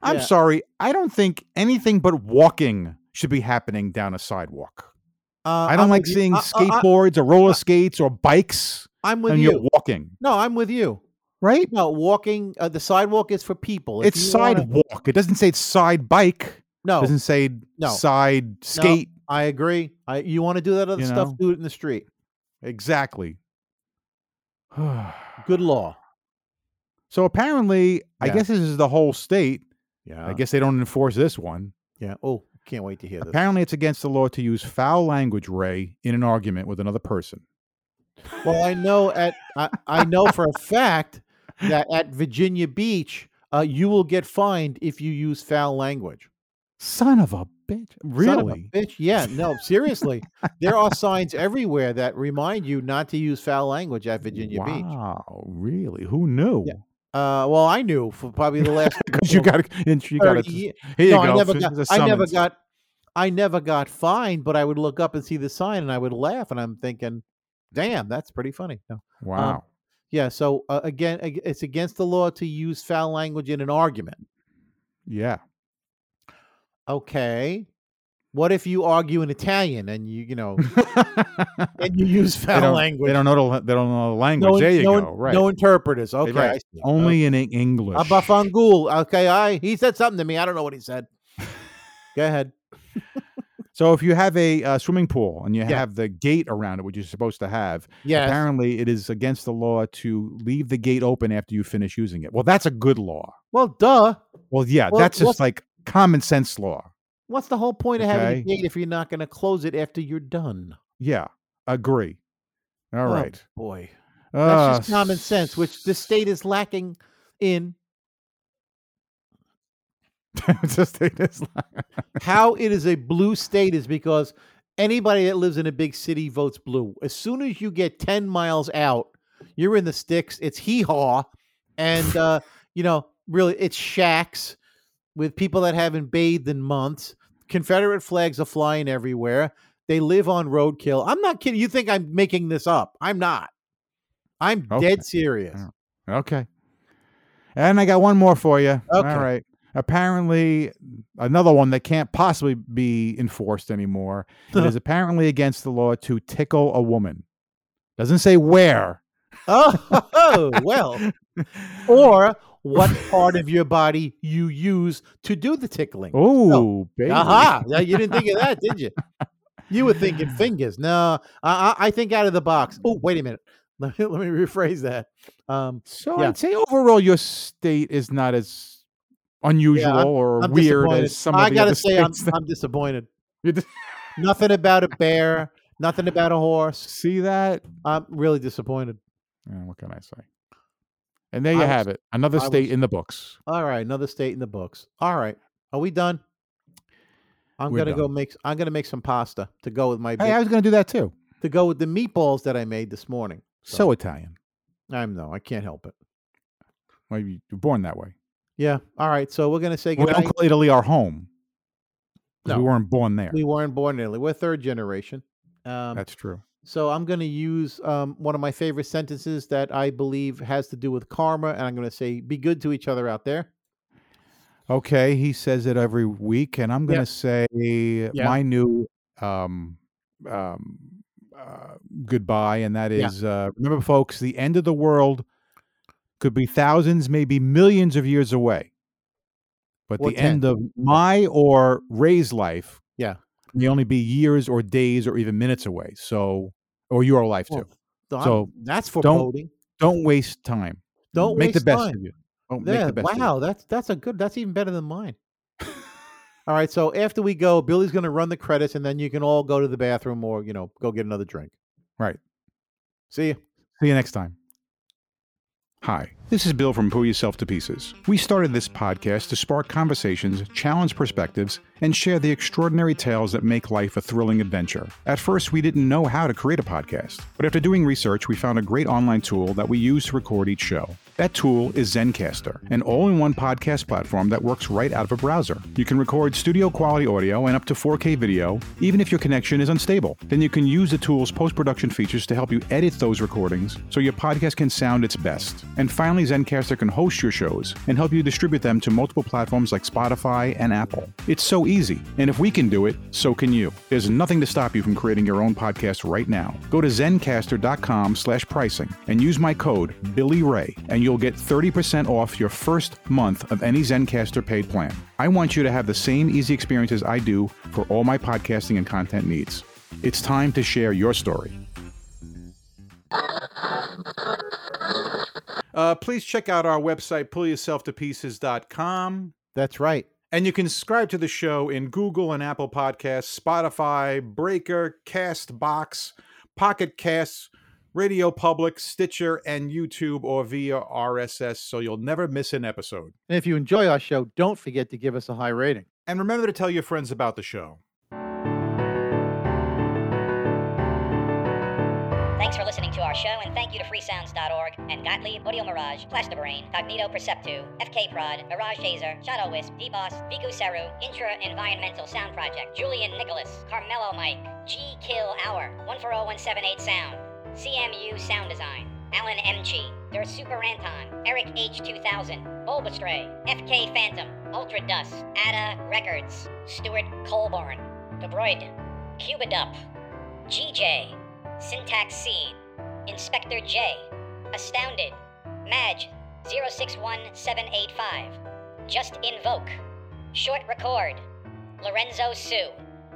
Speaker 1: I'm
Speaker 3: Yeah.
Speaker 1: sorry. I don't think anything but walking should be happening down a sidewalk.
Speaker 3: Uh,
Speaker 1: I don't
Speaker 3: I'm
Speaker 1: like
Speaker 3: with you.
Speaker 1: seeing
Speaker 3: I- I- I-
Speaker 1: skateboards or roller skates or bikes
Speaker 3: I'm with
Speaker 1: and
Speaker 3: you.
Speaker 1: you're walking,
Speaker 3: No, I'm with you.
Speaker 1: right?
Speaker 3: No, walking. Uh, the sidewalk is for people. If
Speaker 1: It's
Speaker 3: you wanna-
Speaker 1: sidewalk. It doesn't say it's side bike. It
Speaker 3: No,
Speaker 1: doesn't say
Speaker 3: No.
Speaker 1: side skate.
Speaker 3: I agree. I, you want to do that other
Speaker 1: You
Speaker 3: stuff?
Speaker 1: know?
Speaker 3: Do it in the street.
Speaker 1: Exactly. (sighs)
Speaker 3: Good law.
Speaker 1: so apparently, I
Speaker 3: Yeah.
Speaker 1: guess this is the whole state.
Speaker 3: Yeah.
Speaker 1: I guess they don't enforce this one.
Speaker 3: Yeah. Oh, can't wait to hear this.
Speaker 1: Apparently, it's against the law to use foul language, Ray, in an argument with another person.
Speaker 3: Well, I know at I, I know for a fact that at Virginia Beach, uh, you will get fined if you use foul language.
Speaker 1: Son of a bitch.
Speaker 3: Son of a
Speaker 1: Really?
Speaker 3: bitch. Yeah. No. Seriously, there are signs everywhere that remind you not to use foul language at Virginia
Speaker 1: wow,
Speaker 3: Beach.
Speaker 1: really? Who knew? (laughs)
Speaker 3: Uh, well, I knew for probably the last
Speaker 1: Because you got it. (laughs) You got
Speaker 3: 30
Speaker 1: it.
Speaker 3: ye-
Speaker 1: Here you
Speaker 3: no,
Speaker 1: go.
Speaker 3: I never
Speaker 1: This
Speaker 3: got.
Speaker 1: is a
Speaker 3: I never
Speaker 1: summons.
Speaker 3: got. I never got fined, but I would look up and see the sign, and I would laugh, and I'm thinking, "Damn, that's pretty funny." No.
Speaker 1: Wow.
Speaker 3: Yeah. So uh, again, ag- it's against the law to use foul language in an argument.
Speaker 1: yeah. (laughs)
Speaker 3: Okay. What if you argue in Italian and you you
Speaker 1: (laughs)
Speaker 3: know and you use
Speaker 1: they
Speaker 3: foul
Speaker 1: don't,
Speaker 3: language?
Speaker 1: They don't know. The, they don't know the language.
Speaker 3: no, in-
Speaker 1: there you
Speaker 3: no, in-
Speaker 1: go. Right.
Speaker 3: No interpreters. Okay.
Speaker 1: right.
Speaker 3: I see.
Speaker 1: Only in E, English.
Speaker 3: A bafangul. Okay. I he said something to me. I don't know what
Speaker 1: (laughs)
Speaker 3: he said. Go ahead.
Speaker 1: So if you have a uh, swimming pool and you
Speaker 3: Yeah.
Speaker 1: have the gate around it, which you're supposed to have,
Speaker 3: Yes.
Speaker 1: apparently it is against the law to leave the gate open after you finish using it. Well, that's a good law.
Speaker 3: Well, duh.
Speaker 1: Well, yeah,
Speaker 3: Well,
Speaker 1: that's
Speaker 3: what's-
Speaker 1: just like common sense law.
Speaker 3: What's the whole point of having a
Speaker 1: Okay.
Speaker 3: gate if you're not going to close it after you're done?
Speaker 1: Yeah, agree. All
Speaker 3: Oh,
Speaker 1: right,
Speaker 3: boy. That's
Speaker 1: Uh, Ah,
Speaker 3: just common sense, which
Speaker 1: (laughs)
Speaker 3: the state is lacking in
Speaker 1: just take this (laughs) line.
Speaker 3: how it is a blue state is because anybody that lives in a big city votes blue. As soon as you get 10 miles out, you're in the sticks. It's hee haw. And, uh, you know, really, it's shacks with people that haven't bathed in months. Confederate flags are flying everywhere. They live on roadkill. I'm not kidding. You think I'm making this up? I'm not. I'm
Speaker 1: Okay.
Speaker 3: dead serious.
Speaker 1: All Okay. And I got one more for you. All
Speaker 3: Okay.
Speaker 1: right. Apparently, another one that can't possibly
Speaker 3: (laughs)
Speaker 1: be enforced anymore. it is apparently against the law to tickle a woman. Doesn't say where.
Speaker 3: Oh, (laughs) well. Or what
Speaker 1: (laughs)
Speaker 3: part of your body you use to do the tickling.
Speaker 1: Oh, baby.
Speaker 3: Aha! Now, You didn't think of that, did you? You were thinking fingers. No, I, I I think out of the box. Oh, wait a minute. (laughs) Let me, let me rephrase that. Um,
Speaker 1: So
Speaker 3: Yeah.
Speaker 1: I'd say overall, your state is not as unusual or
Speaker 3: I'm
Speaker 1: weird
Speaker 3: disappointed.
Speaker 1: as some of
Speaker 3: I
Speaker 1: the
Speaker 3: gotta
Speaker 1: other (laughs)
Speaker 3: say, I'm,
Speaker 1: states that-
Speaker 3: I'm disappointed.
Speaker 1: (laughs) You're dis-
Speaker 3: Nothing about a bear. Nothing about a horse.
Speaker 1: See that?
Speaker 3: I'm really disappointed.
Speaker 1: Uh, what can I say? And there you
Speaker 3: I
Speaker 1: have it. Another
Speaker 3: I was-
Speaker 1: state in the books.
Speaker 3: All right, another state in the books. All right, are we done? I'm
Speaker 1: We're
Speaker 3: gonna go
Speaker 1: done.
Speaker 3: make. I'm gonna make some pasta to go with my
Speaker 1: Hey, I
Speaker 3: big-
Speaker 1: was going to do that too.
Speaker 3: to go with the meatballs that I made this morning.
Speaker 1: So,
Speaker 3: So-
Speaker 1: Italian.
Speaker 3: I'm no, I can't help it.
Speaker 1: Well, you- you're born that way.
Speaker 3: Yeah. All right. So we're gonna say
Speaker 1: We
Speaker 3: goodnight.
Speaker 1: don't call Italy our home. 'cause
Speaker 3: No.
Speaker 1: We weren't born there.
Speaker 3: We weren't born in Italy. We're third generation. Um,
Speaker 1: That's true.
Speaker 3: so I'm going to use um, one of my favorite sentences that I believe has to do with karma, and I'm going to say, "Be good to each other out there."
Speaker 1: Okay, he says it every week, and I'm going to say my new um, um, uh, goodbye, and that
Speaker 3: Yeah.
Speaker 1: is uh, remember, folks, the end of the world could be thousands, maybe millions of years away, but
Speaker 3: Or
Speaker 1: the
Speaker 3: ten.
Speaker 1: end of my or Ray's life,
Speaker 3: Yeah.
Speaker 1: may only be years or days or even minutes away. So, or your life
Speaker 3: Well,
Speaker 1: too.
Speaker 3: So, I'm-
Speaker 1: So,
Speaker 3: that's
Speaker 1: don't
Speaker 3: foreboding.
Speaker 1: Don't waste time.
Speaker 3: Don't,
Speaker 1: make
Speaker 3: waste
Speaker 1: the best
Speaker 3: time.
Speaker 1: of you. Don't
Speaker 3: Yeah,
Speaker 1: make the best. of you.
Speaker 3: wow, that's that's a good. That's even better
Speaker 1: (laughs)
Speaker 3: than mine. all right. So after we go, Billy's going to run the credits, and then you can all go to the bathroom or you know go get another drink.
Speaker 1: Right.
Speaker 3: See you.
Speaker 1: See you next time. Hi, this is Bill from Pull Yourself to Pieces. We started this podcast to spark conversations, challenge perspectives, and share the extraordinary tales that make life a thrilling adventure. At first, we didn't know how to create a podcast, but after doing research, we found a great online tool that we use to record each show. That tool is Zencaster, an all in one podcast platform that works right out of a browser. You can record studio quality audio and up to 4K video, even if your connection is unstable. Then you can use the tool's post production features to help you edit those recordings so your podcast can sound its best. And finally, Zencaster can host your shows and help you distribute them to multiple platforms like Spotify and Apple. It's so easy, and if we can do it, so can you. There's nothing to stop you from creating your own podcast right now. Go to zencaster.com slash pricing and use my code BillyRay, and you'll get 30% off your first month of any Zencaster paid plan. I want you to have the same easy experience as I do for all my podcasting and content needs. It's time to share your story. Uh, please check out our website, pullyourselftopieces.com.
Speaker 3: That's right.
Speaker 1: And you can subscribe to the show in Google and Apple Podcasts, Spotify, Breaker, Castbox, Pocket Casts, Radio Public, Stitcher, and YouTube or via RSS so you'll never miss an episode.
Speaker 3: And if you enjoy our show, don't forget to give us a high rating.
Speaker 1: And remember to tell your friends about the show.
Speaker 5: Thanks for listening to our show, and thank you to freesounds.org and Gottlieb, Audio Mirage, Plastobrain, Cognito Perceptu, FK Prod, Mirage Hazer, Shadow Wisp, D-Boss, Viku Seru, Intra Environmental Sound Project, Julian Nicholas, Carmelo Mike, G Kill Hour, 140178 Sound, CMU Sound Design, Alan MG, Der Super Anton, Eric H2000, Bulbastray, FK Phantom, Ultra Dust, Ada Records, Stuart Colborn, DeBroid, Cuba Dup, GJ, Syntax C, Inspector J, Astounded, Madge 061785, Just Invoke, Short Record, Lorenzo Sue,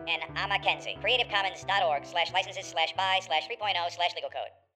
Speaker 5: and I'm Mackenzie. CreativeCommons.org oh slash licenses slash buy slash 3.0 slash legal code.